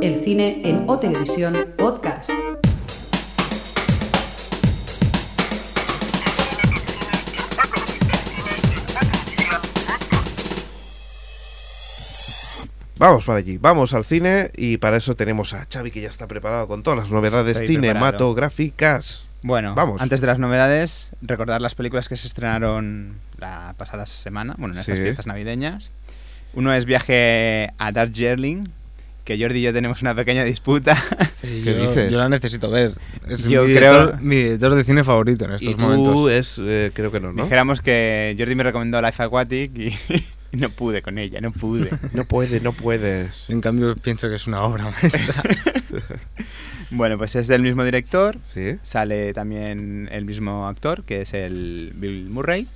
El cine en O Televisión Podcast.
Vamos para allí, vamos al cine y para eso tenemos a Xavi que ya está preparado con todas las novedades
Estoy preparado.
cinematográficas.
Bueno,
Vamos.
antes de las novedades, recordar las películas que se estrenaron la pasada semana, bueno, en estas
Sí.
fiestas navideñas. Uno es Viaje a Darjeeling, que Jordi y yo tenemos una pequeña
(laughs)
disputa.
Sí,
¿Qué
yo,
dices?
yo la necesito ver. Es
Yo
mi,
creo-
director, mi director de cine favorito en estos
y tú
momentos.
es, eh, creo que no, ¿no?
Dijéramos que Jordi me recomendó Life Aquatic y, (laughs) y no pude con ella,
(laughs)
no pude.
No puede, no puedes.
En cambio, pienso que es
(laughs)
una obra maestra.
bueno, pues es del mismo director,
¿Sí?
sale también el mismo actor, que es el Bill Murray,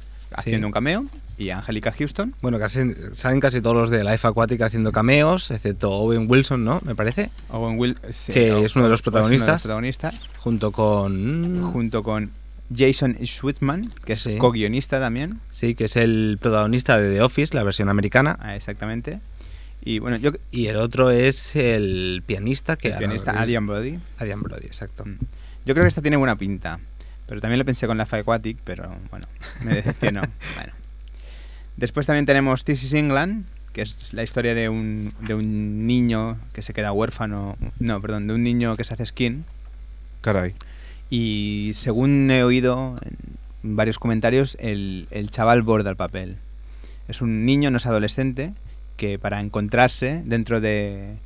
Sí.
haciendo un cameo, y Angelica Houston.
Bueno, casi, salen casi todos los de Life Aquatic haciendo cameos, excepto Owen Wilson, ¿no? Me parece.
Owen Will, sí,
Que
o-
es uno de los
o es uno
protagonistas.
protagonistas.
Junto con...
junto con Jason Schwartzman, que es
Sí.
co-guionista también,
sí, que es el protagonista de The Office, la versión americana.
ah, exactamente. Y bueno, yo
Y el otro es el pianista que...
el pianista
ahora-
Adrian Mm. Brody.
Adrian Brody, exacto.
Yo creo que esta tiene buena pinta. Pero también lo pensé con la F Aquatic, pero bueno, me decepcionó. bueno. Después también tenemos This is England, que es la historia de un, de un niño que se queda huérfano. No, perdón, de un niño que se hace skin.
Caray.
Y según he oído en varios comentarios, el, el chaval borda el papel. Es un niño, no es adolescente, que para encontrarse dentro de,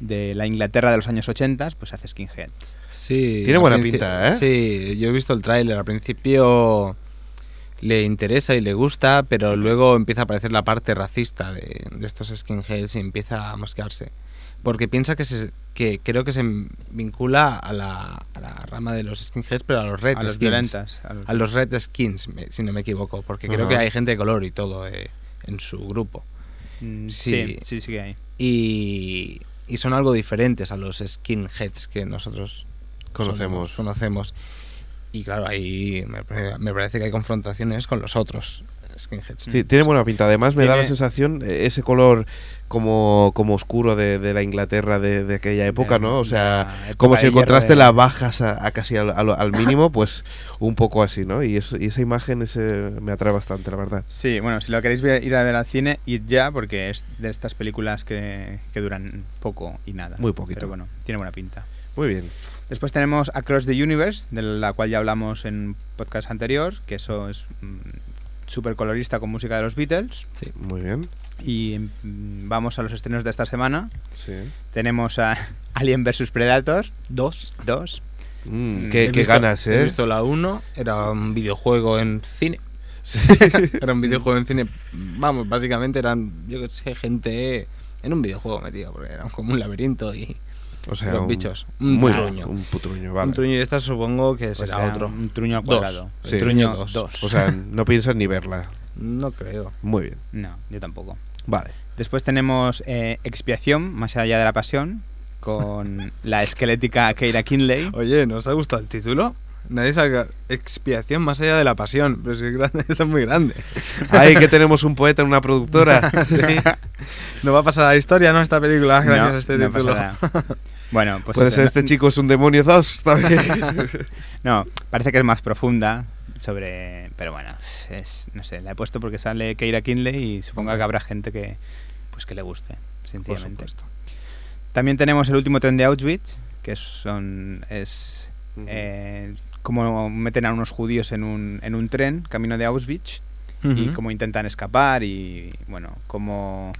de la Inglaterra de los años 80, pues hace skinhead.
Sí.
Tiene
al
buena
princi-
pinta, ¿eh?
Sí, yo he visto el tráiler. Al principio le interesa y le gusta, pero luego empieza a aparecer la parte racista de, de estos skinheads y empieza a mosquearse. Porque piensa que se, que creo que se vincula a la, a la rama de los skinheads, pero a los red
a los
skins.
violentas. a los-
A los red skins, me- si no me equivoco, porque creo
Ajá.
que hay gente de color y todo eh, en su grupo.
Mm,
sí.
sí, sí, sí que hay.
y, y son algo diferentes a los skinheads que nosotros
Conocemos.
solemos- conocemos. Y claro, ahí me, pare- me parece que hay confrontaciones con los otros skinheads.
Sí, tiene buena pinta. Además, me da la
Tiene-
sensación eh, ese color como, como oscuro de, de la Inglaterra de, de aquella época,
Eh,
De-
¿no? O
de
sea,
la época
como si
de
el contraste
hierro de-
la bajas a, a casi al, al- al mínimo, pues un poco así, ¿no? Y, eso- y esa imagen ese me atrae bastante, la verdad.
Sí, bueno, si lo queréis ver- ir a ver al cine, id ya, porque es de estas películas que, que duran poco y nada.
Muy poquito.
Pero bueno, tiene buena pinta.
Muy bien.
Después tenemos Across the Universe, de la cual ya hablamos en un podcast anterior, que eso es súper colorista con música de los Beatles.
Sí.
Muy bien.
Y mm, vamos a los estrenos de esta semana.
Sí.
Tenemos a (laughs) Alien vs Predator
Dos.
2.
Mm,
Mm,
qué
He
qué
visto-
ganas,
He
¿eh?
visto la 1, era un videojuego en cine.
Sí.
(laughs) Era un videojuego en cine. Vamos, básicamente eran, yo qué sé, gente en un videojuego metido, porque era como un laberinto y
O sea,
los
un-
bichos. Un
Muy
truño.
Un putruño,
un
vale.
truño de estas supongo que
Pues
será
era
otro.
Un truño al
Dos.
cuadrado.
Sí.
El truño
Dos.
2.
O sea, no piensas ni verla.
No creo.
Muy bien.
No, yo tampoco.
Vale.
Después tenemos eh, Expiación, más allá de la pasión,
(laughs)
con la esquelética Keira Kinley.
Oye, ¿nos ha gustado el título? Nadie saca expiación más allá de la pasión, pero es que es grande, (laughs) está muy grande.
Ahí que tenemos un poeta en una
(laughs)
productora.
No va a pasar a la historia, ¿no? Esta película, gracias
No,
a este
no
título. (laughs)
pasa nada. Bueno, pues
Puede
eso,
ser
no-
este chico es un demonio 2,
(laughs)
¿sabes?
No, parece que es más profunda sobre... Pero bueno, es- no sé, la he puesto porque sale Keira Kinley y supongo que habrá gente que pues que le guste,
Por
sinceramente.
supuesto.
También tenemos el último tren de Auschwitz, que son, es eh, como meten a unos judíos en un, en un tren, camino de Auschwitz, y cómo intentan escapar y bueno, cómo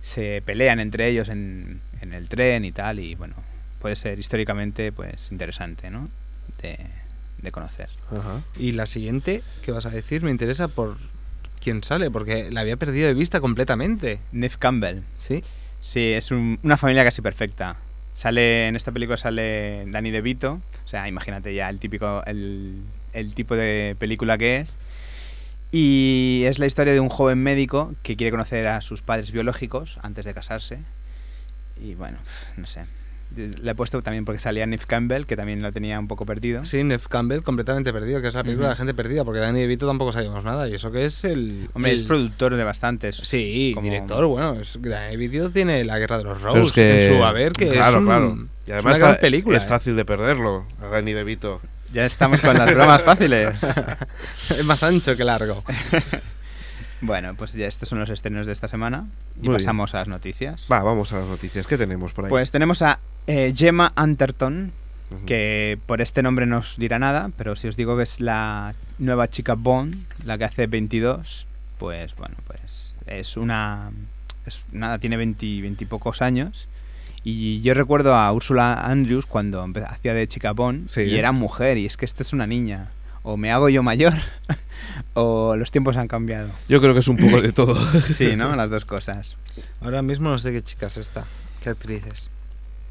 se pelean entre ellos en, en el tren y tal y bueno, puede ser históricamente pues interesante, ¿no? De, de conocer.
Ajá.
Y la siguiente que vas a decir me interesa por quién sale, porque la había perdido de vista completamente.
Neve Campbell,
Sí.
sí, es un- una familia casi perfecta. Sale en esta película sale Danny DeVito, o sea, imagínate ya el típico el, el tipo de película que es. Y es la historia de un joven médico que quiere conocer a sus padres biológicos antes de casarse. Y bueno, no sé. Le he puesto también porque salía Neve Campbell, que también lo tenía un poco perdido.
Sí, Nev Campbell completamente perdido, que es la película de la
Ujú.
gente perdida, porque Danny DeVito tampoco sabíamos nada. Y eso que es el.
Hombre,
el-
es productor de bastantes.
Sí,
como-
director, bueno, es, Danny DeVito tiene la guerra de los
Pero es
Rose
que-
en su haber, que es
claro,
un-
claro. Y además
es una gran
fa-
película.
es
¿eh?
fácil de perderlo a Dani DeVito.
Ya estamos con las bromas fáciles.
(laughs) (laughs) Es más ancho que largo.
Bueno, pues ya estos son los estrenos de esta semana. Y
Muy bien.
pasamos a las noticias.
Va, vamos a las noticias. ¿Qué tenemos por ahí?
Pues tenemos a eh, Gemma Anterton,
Ujú.
que por este nombre no os dirá nada, pero si os digo que es la nueva chica Bond, la que hace 22, pues bueno, pues es una... es- nada, tiene 20, 20 y pocos años. Y yo recuerdo a Úrsula Andrews cuando empe- hacía de chica Bond
Sí.
y era mujer, y es que esta es una niña. O me hago yo mayor, (laughs) o los tiempos han cambiado.
Yo creo que es un poco de
(laughs)
todo.
Sí, (laughs) ¿no? Las dos cosas.
Ahora mismo no sé qué chicas está, qué actrices.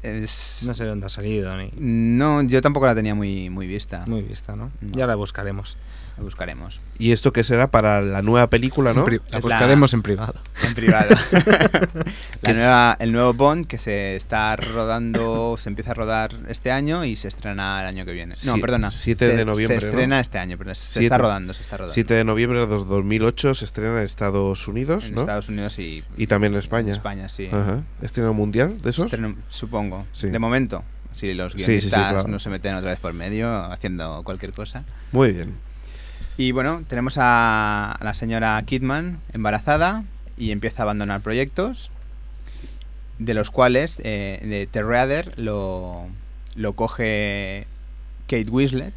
Es-
No sé dónde ha salido ni
No, yo tampoco la tenía muy, muy vista.
muy vista, ¿no?
No.
Ya la buscaremos.
(laughs)
La buscaremos.
(laughs) ¿Y esto qué será para la nueva película, no?
En pri- La
Es
buscaremos en privado.
En privado.
Que
(laughs) La
es-
nueva- el nuevo Bond que se está rodando, se empieza a rodar este año y se estrena el año que viene. No,
Sí,
perdona.
7
se-
de noviembre,
Se estrena
¿no?
este año, perdón. Se
Siete-
está rodando, se está rodando.
7 de noviembre de 2008 se estrena en Estados Unidos,
en
¿no?
Estados Unidos y,
Y también en España.
España, sí.
Ajá. ¿Estreno mundial de esos?
Estreno- supongo.
Sí.
De momento. si los
Sí, sí, sí,
guionistas
claro.
no se meten otra vez por medio haciendo cualquier cosa.
Muy bien.
Y bueno, tenemos a a la señora Kidman embarazada y empieza a abandonar proyectos, de los cuales eh, de Terreader lo, lo coge Kate Winslet.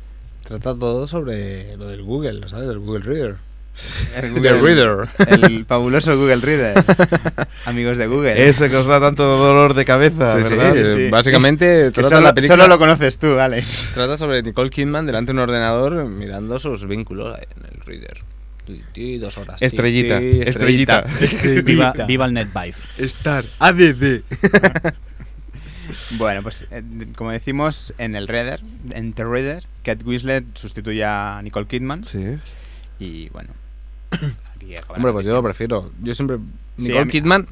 Trata todo sobre lo del Google, ¿sabes? El Google Reader. (laughs)
El
The Reader.
El fabuloso Google Reader.
(laughs)
Amigos de Google.
Ese que os da tanto dolor de cabeza,
Sí, sí,
¿verdad?
eh,
Sí.
Básicamente
Que
trata
solo,
la película.
solo lo conoces
(laughs)
tú, Alex.
Trata sobre Nicole Kidman delante de un ordenador mirando sus vínculos en el reader. Ti, ti, dos horas. ti,
Estrellita,
ti,
estrellita. (laughs)
(laughs)
Viva, viva el NetBife.
Star. ADD.
Bueno, pues eh, como decimos, en el Reader, en The Reader, Kate Winslet sustituye a Nicole Kidman.
Sí.
Y
(coughs)
bueno. aquí acaba la
Hombre, pues yo lo
noticia.
prefiero. Yo siempre.
Sí,
Nicole
a mí-
Kidman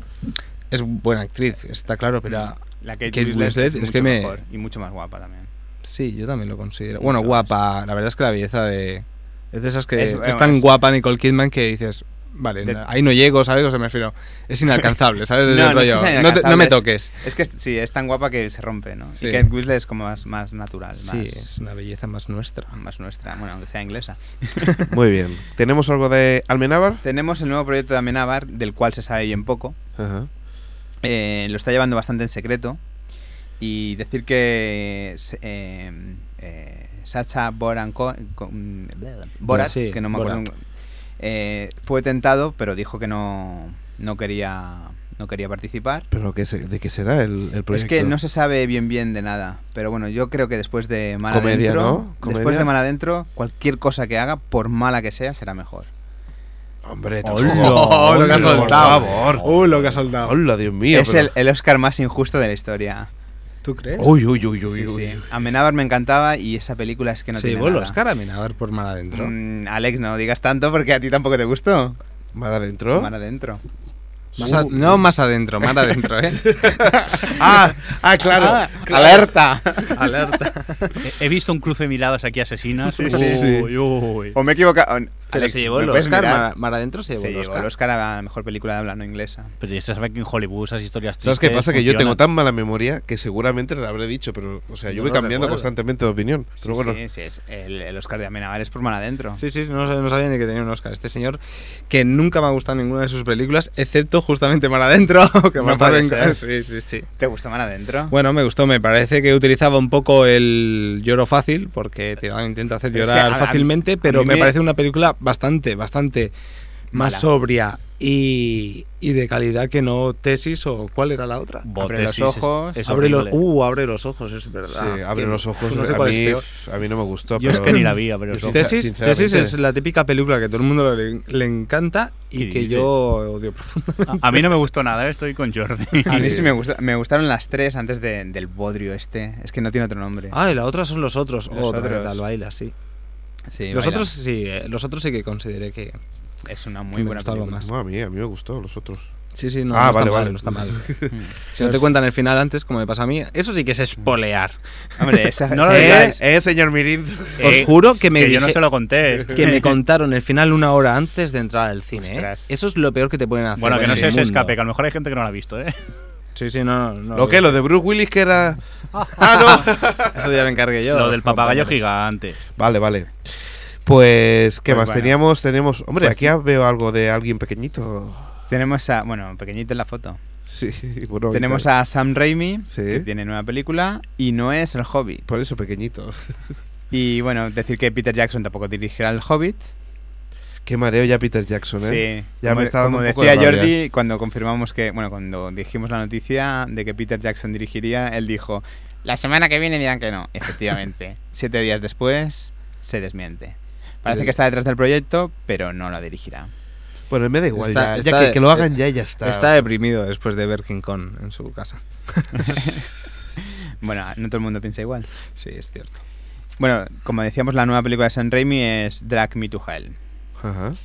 es buena actriz, está claro, pero.
la Kate,
Kate
Winslet,
Winslet
es,
es que
mucho
me-
mejor y mucho más guapa también.
Sí, yo también lo considero. Bueno,
Mucho
guapa. La verdad es que la belleza de. Es de esas que
Es-
es,
bueno,
tan
es-
guapa Nicole Kidman que dices. Vale,
De-
no- ahí no llego, ¿sabes? O sea, me refiero. Es inalcanzable, ¿sabes?
No,
El
no es que
rollo, (laughs)
sea
no, te- no me
inalcanzable, es-
toques.
Es que es- sí, es tan guapa que se rompe, ¿no?
Sí.
Y Kate Winslet es como más, más natural,
Sí,
más,
es una belleza más nuestra.
más nuestra, bueno, aunque sea inglesa.
Muy bien. ¿Tenemos algo de Almenábar?
Tenemos el nuevo proyecto de Amenábar, del cual se sabe bien poco.
Ajá.
Eh, lo está llevando bastante en secreto. Y decir que se- eh, eh, Sacha Boran Co- con- Borat,
Sí,
que no me acuerdo,
Borat.
eh, fue tentado, pero dijo que no, no, quería, no quería participar.
¿Pero qué se- de qué será el, el
Es
proyecto?
que no se sabe bien bien de nada, pero bueno, yo creo que después de Mal
Comedia,
Adentro,
¿no?
después
Comedia.
de Mal Adentro, cualquier cosa que haga, por mala que sea, será mejor.
Hombre,
Hola,
tampoco.
¡Oh, (laughs) lo que ha
hola,
soltado!
por favor.
¡Uh, lo que ha soltado!
Hola, Dios mío.
es
pero-
el, el Oscar más injusto de la historia.
¿Tú crees?
Uy, uy, uy, uy.
Sí,
uy.
sí. Amenábar me encantaba y esa película es que no
se
tiene
llevó el
nada.
Oscar a Menabar por mal adentro.
Mm, Alex, no digas tanto porque a ti tampoco te gustó.
Mar adentro.
Mar Uh. adentro.
Más a- no más adentro, más
(laughs)
adentro, ¿eh? (laughs)
Ah, ah, claro.
Ah,
claro.
¡Alerta!
Alerta.
He, he visto un cruce de miradas aquí asesinas.
Sí, sí, sí.
Uy, uy.
O me he equivocado.
(laughs)
Oh,
Pero Ah,
Alex,
se llevó
¿me
el
puedes
Oscar,
mirar?
Mar, Mar adentro se llevó
Se
el
llevó
Oscar.
el Oscar a la mejor película de habla no inglesa.
Pero ya se sabe que en Hollywood esas historias
¿Sabes qué
tristes
pasa? Que yo tengo
funcionan.
tan mala memoria que seguramente la habré dicho, pero, o sea, yo
No
voy
lo
cambiando
recuerdo.
constantemente de opinión. Pero
Sí,
bueno,
sí, sí, es el, el Oscar de Amenábar es por mal adentro.
Sí, sí, no, no sabía ni que tenía un Oscar. Este señor que nunca me ha gustado ninguna de sus películas, excepto justamente Mar adentro. (laughs) Que
No
más
puede
tarde-
ser.
Sí, sí, sí.
¿Te gusta mal adentro?
Bueno, me gustó, me parece que utilizaba un poco el lloro fácil, porque te intenta hacer
Eh, Pero es
llorar
que a- a-
fácilmente,
a
pero
mí
me
me-
parece una película bastante, bastante más
Mala.
sobria y, y de calidad que no tesis o cuál era la otra.
Botes,
Abre los
sí, sí,
ojos,
es
abre los,
horrible.
uh, abre los ojos, es verdad.
sí, abre
Que-
los ojos.
No sé
a,
cuál
mí,
es peor.
a mí no me gustó.
Yo es
pero-
que ni la vi,
Yo
pero eso-
te-
Tesis,
sinceramente-
tesis es la típica película que todo el mundo le, le encanta y
¿Qué
que
dices?
yo odio profundamente.
a, a mí no me gustó nada, ¿eh? estoy con Jordi.
A mí sí me, gusta, me gustaron las tres antes de- del bodrio este. Es que no tiene otro nombre.
Ah, y la otra son los otros.
Los
otra,
otros.
¿qué tal baila, sí.
Sí,
Los
baila.
otros sí, eh, los otros sí que consideré que
Es una
Me
muy buena
gustó algo
película.
más.
No, a mí, a mí me gustó, los otros.
Sí, sí, no,
Ah,
no está
vale,
mal,
vale.
no está mal. si no te cuentan el final antes, como me pasa a mí, eso sí que es espolear.
(laughs)
Hombre, esa,
No lo
esa-
digáis.
eh, señor Mirindo.
Os juro que me
yo no
dije-
se lo conté.
Que
(laughs)
me contaron el final una hora antes de entrar al cine, ¿eh?
Ostras.
Eso es lo peor que te pueden hacer.
Bueno, que
en
no
el
se, se
mundo.
escape, que a lo mejor hay gente que no la ha visto, ¿eh?
Sí, sí, no, no. no,
Lo que, lo de Bruce Willis que era. ¡Ah, no!
Eso ya me encargué yo.
Lo del papagayo
compañeros.
gigante.
Vale, vale. Pues, ¿qué
Pues
más?
bueno.
Teníamos, tenemos. Hombre, aquí ya veo algo de alguien pequeñito. (laughs)
Tenemos a. Bueno, pequeñito en la foto.
Sí, bueno.
Tenemos
ahorita-
a Sam Raimi,
Sí.
que tiene nueva película, y no es El Hobbit.
Por eso pequeñito.
Y bueno, decir que Peter Jackson tampoco dirigirá El Hobbit.
Qué mareo ya Peter Jackson, ¿eh?
Sí,
Ya
como,
me está dando
como
un poco de
decía
rabia.
Jordi, cuando confirmamos que, bueno, cuando dijimos la noticia de que Peter Jackson dirigiría, él dijo, la semana que viene dirán que no.
(laughs)
Efectivamente, siete días después se desmiente. Parece
Sí.
que está detrás del proyecto, pero no la dirigirá.
Bueno, me da igual.
Está-
ya
está
ya que,
de-
que lo hagan ya, ya está.
Está deprimido después de ver King Kong en su casa.
Bueno, no todo el mundo piensa igual.
Sí, es cierto.
Bueno, como decíamos, la nueva película de Sam Raimi es Drag Me to Hell.
Ajá.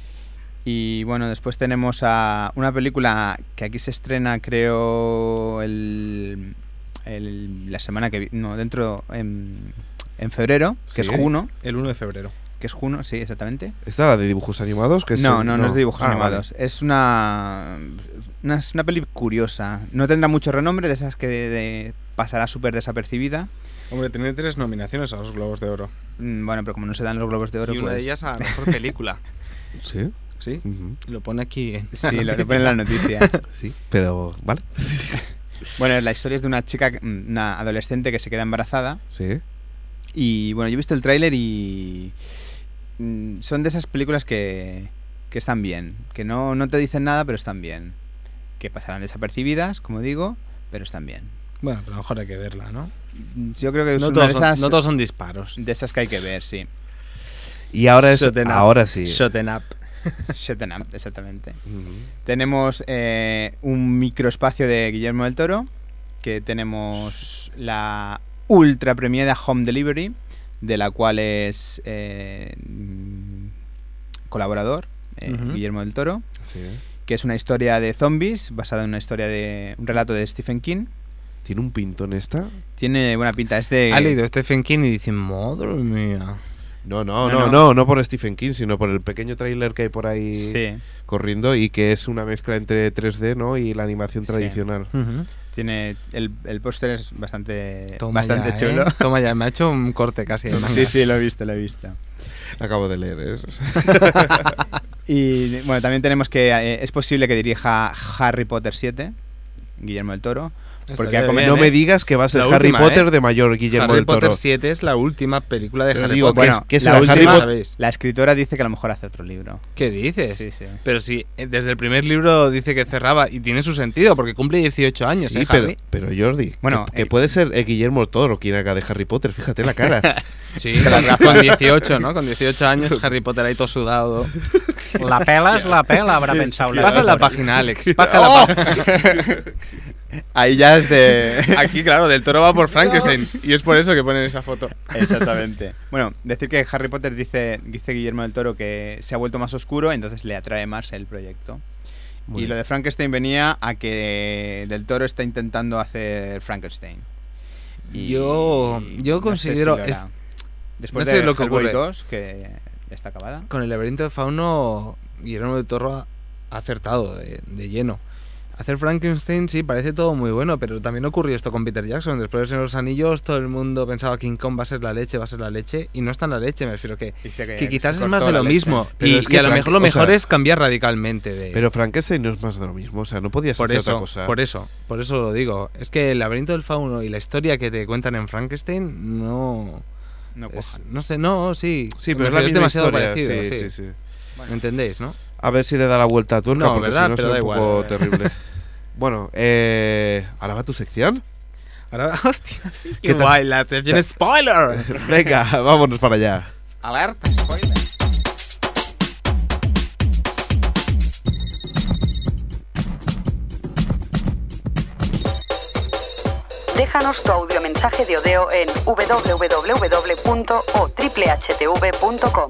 Y bueno, después tenemos a una película que aquí se estrena, creo, el, el- la semana que vi- no, dentro en, en febrero, que
Sí.
es Juno,
El 1 de febrero.
que es Juno, sí, exactamente.
¿Está la de dibujos animados? Que es
no,
el-
no, no es de dibujos
Ah, vale.
animados. Es una, una es una peli curiosa. No tendrá mucho renombre de esas que de- pasará súper desapercibida.
Hombre, tiene tres nominaciones a los Globos de Oro.
Mm, Bueno, pero como no se dan los globos de oro,
Y una de
pues-
ellas a mejor película.
Sí.
¿Sí?
Ujú.
Lo pone aquí en.
Sí, lo que pone en la noticia.
Sí, pero vale.
Bueno, la historia es de una chica, que- mm, una adolescente que se queda embarazada.
Sí.
Y bueno, yo he visto el tráiler y mm, son de esas películas que, que están bien, que no, no te dicen nada, pero están bien. Que pasarán desapercibidas, como digo, pero están bien.
(laughs) Bueno, pero a lo mejor hay que verla, ¿no?
Yo creo que es
No
una
todos,
de
son,
esas,
no todos son disparos.
de esas que hay que ver, sí.
Y ahora es,
Shut 'em up.
ahora sí.
Shut 'em up.
Shut and up, exactamente.
Ujú.
Tenemos eh, un microespacio de Guillermo del Toro, que tenemos la ultra premiada Home Delivery, de la cual es eh, mm, colaborador eh,
Ujú.
Guillermo del Toro,
Sí.
que es una historia de zombies basada en una historia de un relato de Stephen King.
Tiene un pintón esta.
Tiene buena pinta, es de
Ha leído Stephen King y dice: Madre mía.
No, no,
No,
no, no,
no.
no, por Stephen King, sino por el pequeño tráiler que hay por ahí
sí,
corriendo y que es una mezcla entre 3D, ¿no? y la animación
Sí.
tradicional.
tiene el, el póster es bastante
Toma
bastante
ya, (laughs)
chulo.
¿eh? Toma ya, me ha hecho un corte casi. de manga.
(laughs) Sí, sí, lo he visto, lo he visto.
La Acabo de leer eso.
Y bueno, también tenemos que eh, es posible que dirija Harry Potter 7, Guillermo del Toro,
Estaría
porque ha
bien,
comido
no
¿eh?
me digas que va a ser
La
Harry
última,
Potter
¿eh?
de mayor Guillermo
Harry
del Toro.
Potter 7 es la última película de
Pero
Harry
digo,
Potter.
¿qué
Bueno,
es- qué es el
la
Harry
última-
Potter?
¿sabéis?
La escritora dice que a lo mejor hace otro libro.
¿Qué dices?
Sí, sí.
Pero si eh, desde el primer libro dice que cerraba y tiene su sentido porque cumple 18 años,
Sí,
¿eh,
pero,
(laughs) Harry?
pero Jordi,
Bueno,
que, que
eh,
puede ser eh, Guillermo del Toro quien haga de Harry Potter, fíjate la
(laughs)
cara.
Sí, con 18, ¿no? Con 18 (laughs) años, Harry Potter ahí todo sudado.
La pela es la pela, habrá pensado.
Pasa la página,
(laughs)
Alex. Pasa la
Oh.
(laughs)
Ahí ya es (laughs) de...
Aquí, claro, del toro va por Frankenstein. Y es por eso que ponen esa foto.
Exactamente. Bueno, decir que Harry Potter dice, dice Guillermo del Toro que se ha vuelto más oscuro, entonces le atrae más el proyecto.
Muy
y lo
bien.
de Frankenstein venía a que del Toro está intentando hacer Frankenstein. Y
Yo- yo
no sé
considero-
si lo hará.
es-
Después
no sé
de
lo que
Hellboy
ocurre.
2, que ya está acabada.
Con el laberinto de Fauno, Guillermo del Toro ha ha acertado de, de lleno. Hacer Frankenstein sí parece todo muy bueno, pero también ocurrió esto con Peter Jackson. Después de Señor de los Anillos, todo el mundo pensaba King Kong va a ser la leche, va a ser la leche, y no está en la leche, me refiero que,
Y sé
que
se
quizás es
cortó
más de
la
lo
leche.
mismo.
Pero
y
es
y
que
a lo
Frank-
mejor lo
o sea-
mejor es cambiar radicalmente de.
Pero Frankenstein no es más de lo mismo, o sea, no podías
por
hacer
eso,
otra cosa.
por eso, por eso lo digo. Es que el laberinto del fauno y la historia que te cuentan en Frankenstein no.
No
es-
cuaja.
no sé, no, sí.
Sí,
Me
pero es la misma
refiero, demasiado
historia,
parecido.
sí,
sí.
sí, sí.
¿Me entendéis, no?
A ver si le da la vuelta a turca,
No,
porque
¿verdad?
si no
Pero
será
da
un poco
igual. (laughs)
terrible. Bueno, eh, ahora va tu sección. (laughs)
Ahora, hostia, sí.
¿Qué tal?
guay, la sección spoiler.
Venga, vámonos para allá.
Alerta, spoiler.
Déjanos tu audiomensaje de Odeo en www.otriplehtv.com.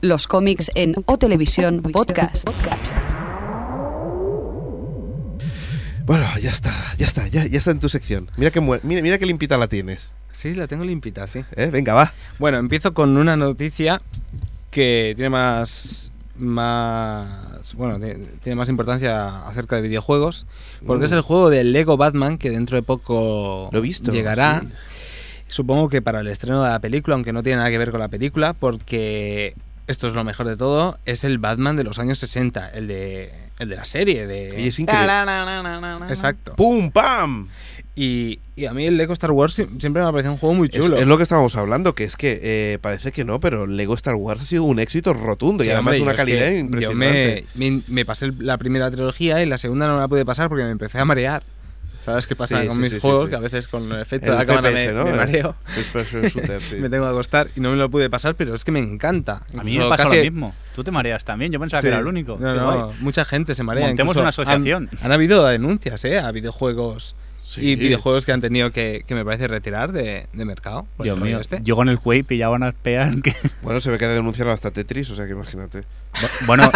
Los cómics en O Televisión Podcast.
Bueno, ya está, ya está, ya, ya está en tu sección. Mira que mue- mira, mira qué limpita la tienes.
Sí, la tengo limpita, sí.
¿eh? Venga, va.
Bueno, empiezo con una noticia que tiene más. más bueno, te- tiene más importancia acerca de videojuegos. Porque
Mm.
es el juego de Lego Batman que dentro de poco
Lo he visto,
llegará.
sí.
Supongo que para el estreno de la película, aunque no tiene nada que ver con la película, porque esto es lo mejor de todo, es el Batman de los años 60, el de, el de la serie. De...
Oye, es increíble.
Exacto.
¡Pum, pam!
Y, y a mí el Lego Star Wars si- siempre me ha parecido un juego muy
Es,
chulo.
es lo que estábamos hablando, que es que eh, parece que no, pero Lego Star Wars ha sido un éxito rotundo
Sí,
y además
hombre,
una
yo es que
calidad
Yo
impresionante.
me, me- me pasé el- la primera trilogía y la segunda no me la pude pasar porque me empecé a marear. ¿Sabes qué pasa
Sí,
con
sí,
mis
sí, sí,
juegos?
sí.
Que a veces con el efecto
El
de la cámara
FPS,
me,
¿no?
me mareo.
El first-person shooter, sí.
(laughs) Me tengo que acostar y no me lo pude pasar, pero es que me encanta.
A mí me
Incluso
pasa
casi-
lo mismo. Tú te mareas también. Yo pensaba
Sí.
que era el único.
No,
Qué
no,
guay.
mucha gente se marea.
Montemos
Incluso
una
han-
asociación.
Han, habido denuncias, ¿eh? A videojuegos
Sí.
y videojuegos que han tenido que, que me parece retirar de, de mercado. por el
Dios
rollo
mío.
este.
Yo con el Quake pillaba unas peas que. (laughs)
Bueno, se ve que denunciaron hasta Tetris, o sea que imagínate.
Bueno,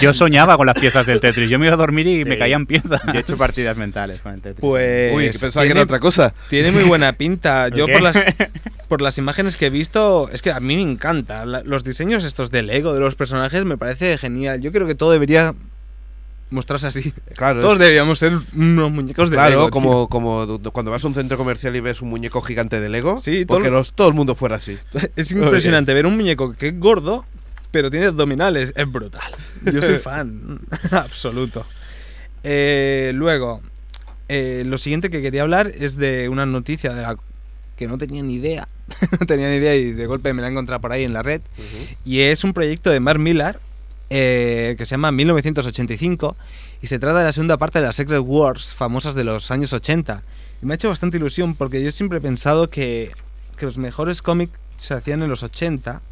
yo soñaba con las piezas del Tetris. Yo me iba a dormir y me
Sí.
caían piezas.
Yo he hecho partidas mentales con el Tetris.
Pues.
Uy, que pensaba que era
tiene-
otra cosa.
Tiene muy buena pinta. Yo
¿Qué?
(laughs)
por las, por las imágenes que he visto, es que a mí me encanta. La- los diseños estos del ego de los personajes me parece genial. Yo creo que todo debería mostrarse así.
Claro,
Todos
es-
deberíamos ser unos muñecos de
claro
Lego.
como, como du- cuando vas a un centro comercial y ves un muñeco gigante de Lego,
Sí, todo
porque
lo-
los- todo el mundo fuera así.
tío. (laughs) Es impresionante ver un muñeco que es gordo, pero tiene abdominales. Es brutal. Yo soy fan. (laughs) Absoluto. Eh, luego, eh, lo siguiente que quería hablar es de una noticia de la que no tenía ni idea. (laughs) no tenía ni idea y de golpe me la he encontrado por ahí en la red. Y es un proyecto de Mark Millar eh, que se llama 1985 y se trata de la segunda parte de las Secret Wars famosas de los años 80. Y me ha hecho bastante ilusión porque yo siempre he pensado que, que los mejores cómics se hacían en los 80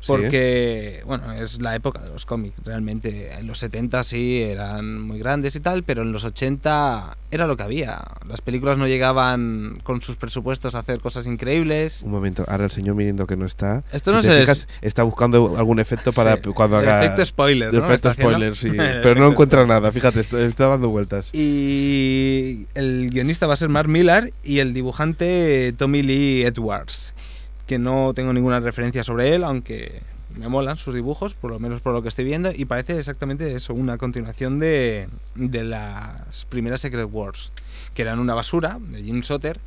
Sí.
porque, bueno, es la época de los cómics. Realmente en los 70 sí eran muy grandes y tal, pero en los 80 era lo que había. Las películas no llegaban con sus presupuestos a hacer cosas increíbles.
Un momento, ahora el señor mirando que no está.
Esto
si
no
te
se les-
fijas, Está buscando algún efecto para
Sí,
cuando
el
haga.
efecto spoiler,
el
¿no?
efecto
Está haciendo.
spoiler, (laughs) sí.
(laughs) El
pero no
efecto
encuentra nada, fíjate, esto- está dando vueltas.
Y el guionista va a ser Mark Millar y el dibujante eh, Tommy Lee Edwards, que no tengo ninguna referencia sobre él, aunque me molan sus dibujos, por lo menos por lo que estoy viendo, y parece exactamente eso, una continuación de, de las primeras Secret Wars, que eran una basura de Jim Soter,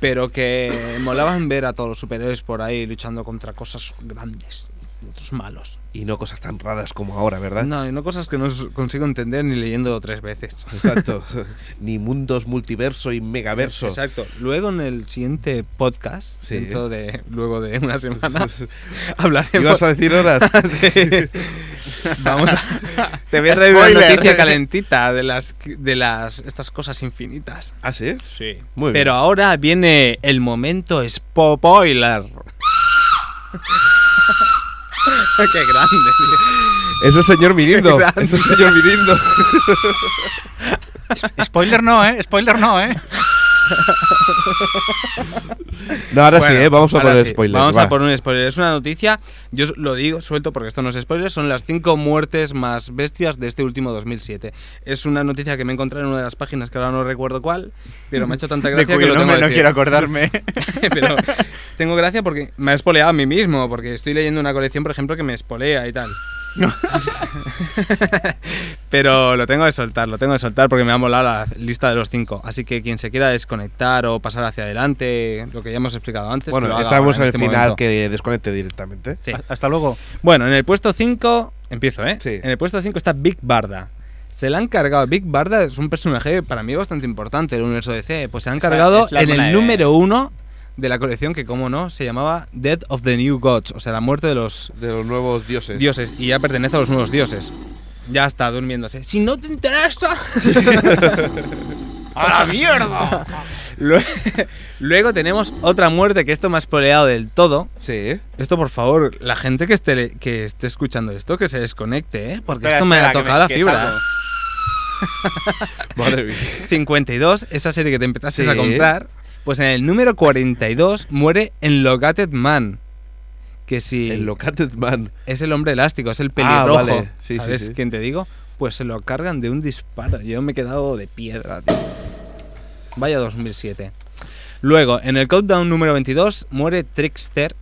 pero que molaban ver a todos los superhéroes por ahí luchando contra cosas grandes y otros malos.
Y no cosas tan raras como ahora, ¿verdad?
No, y no cosas que no s- consigo entender ni leyendo tres veces.
(laughs)
(laughs)
Exacto. Ni mundos multiverso y megaverso. (laughs)
Exacto. Luego en el siguiente podcast,
Sí.
dentro de luego de una semana, hablaremos.
¿Ibas a decir horas?
(laughs)
(laughs)
Vamos a te voy a traer una
Spoiler.
noticia calentita de las de las estas cosas infinitas.
¿Ah, sí?
Sí.
Muy
Pero ahora viene el momento
(laughs)
spoiler. (laughs) Qué grande. tío.
bien. Ese señor mirindo.
(laughs) Qué grande.
Ese señor mirindo.
Spoiler no, ¿eh? Spoiler no, ¿eh?
(laughs) No, ahora sí,
Bueno,
¿eh? Vamos a
ahora
poner
sí,
spoiler.
Vamos
va.
a poner un spoiler. Es una noticia, yo os lo digo suelto porque esto no es spoiler, son las cinco muertes más bestias de este último 2007. Es una noticia que me encontré en una de las páginas que ahora no recuerdo cuál, pero me ha hecho tanta
De
gracia que
cuyo
lo tengo
nombre
que
no
decir.
quiero acordarme.
pero tengo gracia porque me ha espoleado a mí mismo, porque estoy leyendo una colección, por ejemplo, que me espolea y tal. (laughs) Pero lo tengo que soltar, lo tengo que soltar porque me ha molado la lista de los (laughs) cinco. Así que quien se quiera desconectar o pasar hacia adelante, lo que ya hemos explicado antes. que lo
Bueno,
haga
estamos
ahora,
al
en este
final
momento.
que desconecte directamente.
Sí.
Ha- Hasta luego.
Bueno, en el puesto 5, empiezo, ¿eh?
Sí.
En el puesto 5 está Big Barda. Se la han cargado. Big Barda es un personaje para mí bastante importante del universo DC. Pues se la han
Es la-
cargado
es la
en
hermana
el
de-
número 1 de la colección que, como no, se llamaba Death of the New Gods, o sea, la muerte de los
De los nuevos dioses.
dioses. Y ya pertenece a los nuevos dioses. Ya está durmiéndose. Si no te interesa.
(laughs) ¡A la mierda!
Lue- Luego tenemos otra muerte que esto me ha spoileado del todo.
Sí.
Esto, por favor, la gente que esté, le- que esté escuchando esto, que se desconecte, ¿eh? Porque
Espera,
esto me
espera,
ha
que
tocado
me-
la
que
fibra.
salgo.
¿eh?
Madre mía.
(laughs) 52, esa serie que te empezaste
Sí.
a comprar, pues en el número 42 muere Enlocated Man. Que si
El Located Man.
es el hombre elástico, es el
Ah,
pelirrojo.
vale. Sí, sí,
¿Sabes
sí.
quién te digo? Pues se lo cargan de un disparo. Yo me he quedado de piedra, tío. Vaya 2007. Luego, en el countdown número 22 muere Trickster,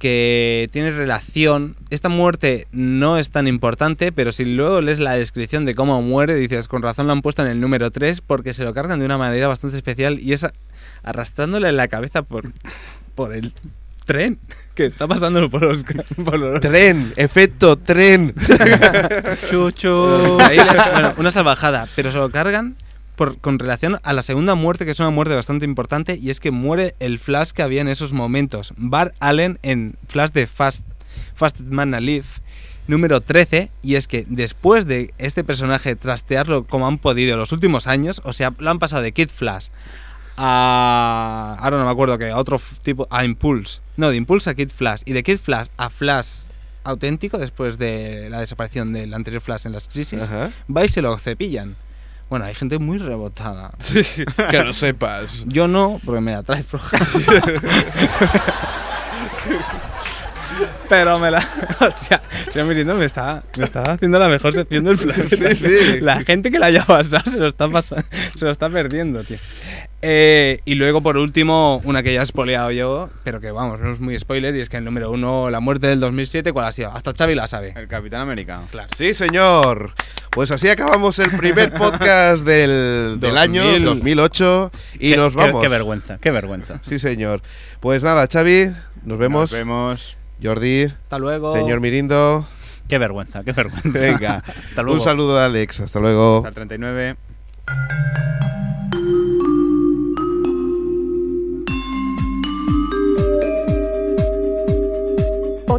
que tiene relación. Esta muerte no es tan importante, pero si luego lees la descripción de cómo muere, dices, con razón lo han puesto en el número 3 porque se lo cargan de una manera bastante especial y es a- arrastrándole la cabeza por, por el tren que está pasando por los, (laughs) por los-
Tren, efecto tren.
Chuchu.
Ahí les- bueno, una salvajada, pero se lo cargan por, con relación a la segunda muerte, que es una muerte bastante importante, y es que muere el Flash que había en esos momentos. Bar Allen en Flash de Fast, Fast Man Alive número 13, y es que después de este personaje trastearlo como han podido en los últimos años, o sea, lo han pasado de Kid Flash a. Ahora no me acuerdo que a otro f- tipo. A Impulse. No, de Impulse a Kid Flash. Y de Kid Flash a Flash auténtico después de la desaparición del anterior Flash en las crisis.
Ajá. (laughs)
Va y se lo cepillan. Bueno, hay gente muy rebotada.
que lo sepas.
Yo no, porque me la
(laughs)
trae floja. Pero me la. (laughs) Hostia, señor Mirindo me está, me está haciendo la mejor sección del planeta.
Sí, sí.
La gente que la haya pasado se lo está, pasa- se lo está perdiendo, tío. Eh, y luego, por último, una que ya he spoileado yo, pero que vamos, no es muy spoiler, y es que el número uno, la muerte del 2007, ¿cuál ha sido? Hasta Xavi la sabe.
El Capitán América.
Sí, señor. Pues así acabamos el primer podcast del, del año
2000.
2008 y
Qué-
nos
qué-
vamos.
Qué, vergüenza, qué vergüenza.
Sí, señor. Pues nada, Xavi, nos vemos.
Nos vemos.
Jordi,
Hasta luego.
señor
(laughs)
Mirindo.
Qué vergüenza, qué vergüenza.
Venga.
Hasta luego.
Un saludo a Alex. Hasta luego.
Hasta el 39.
O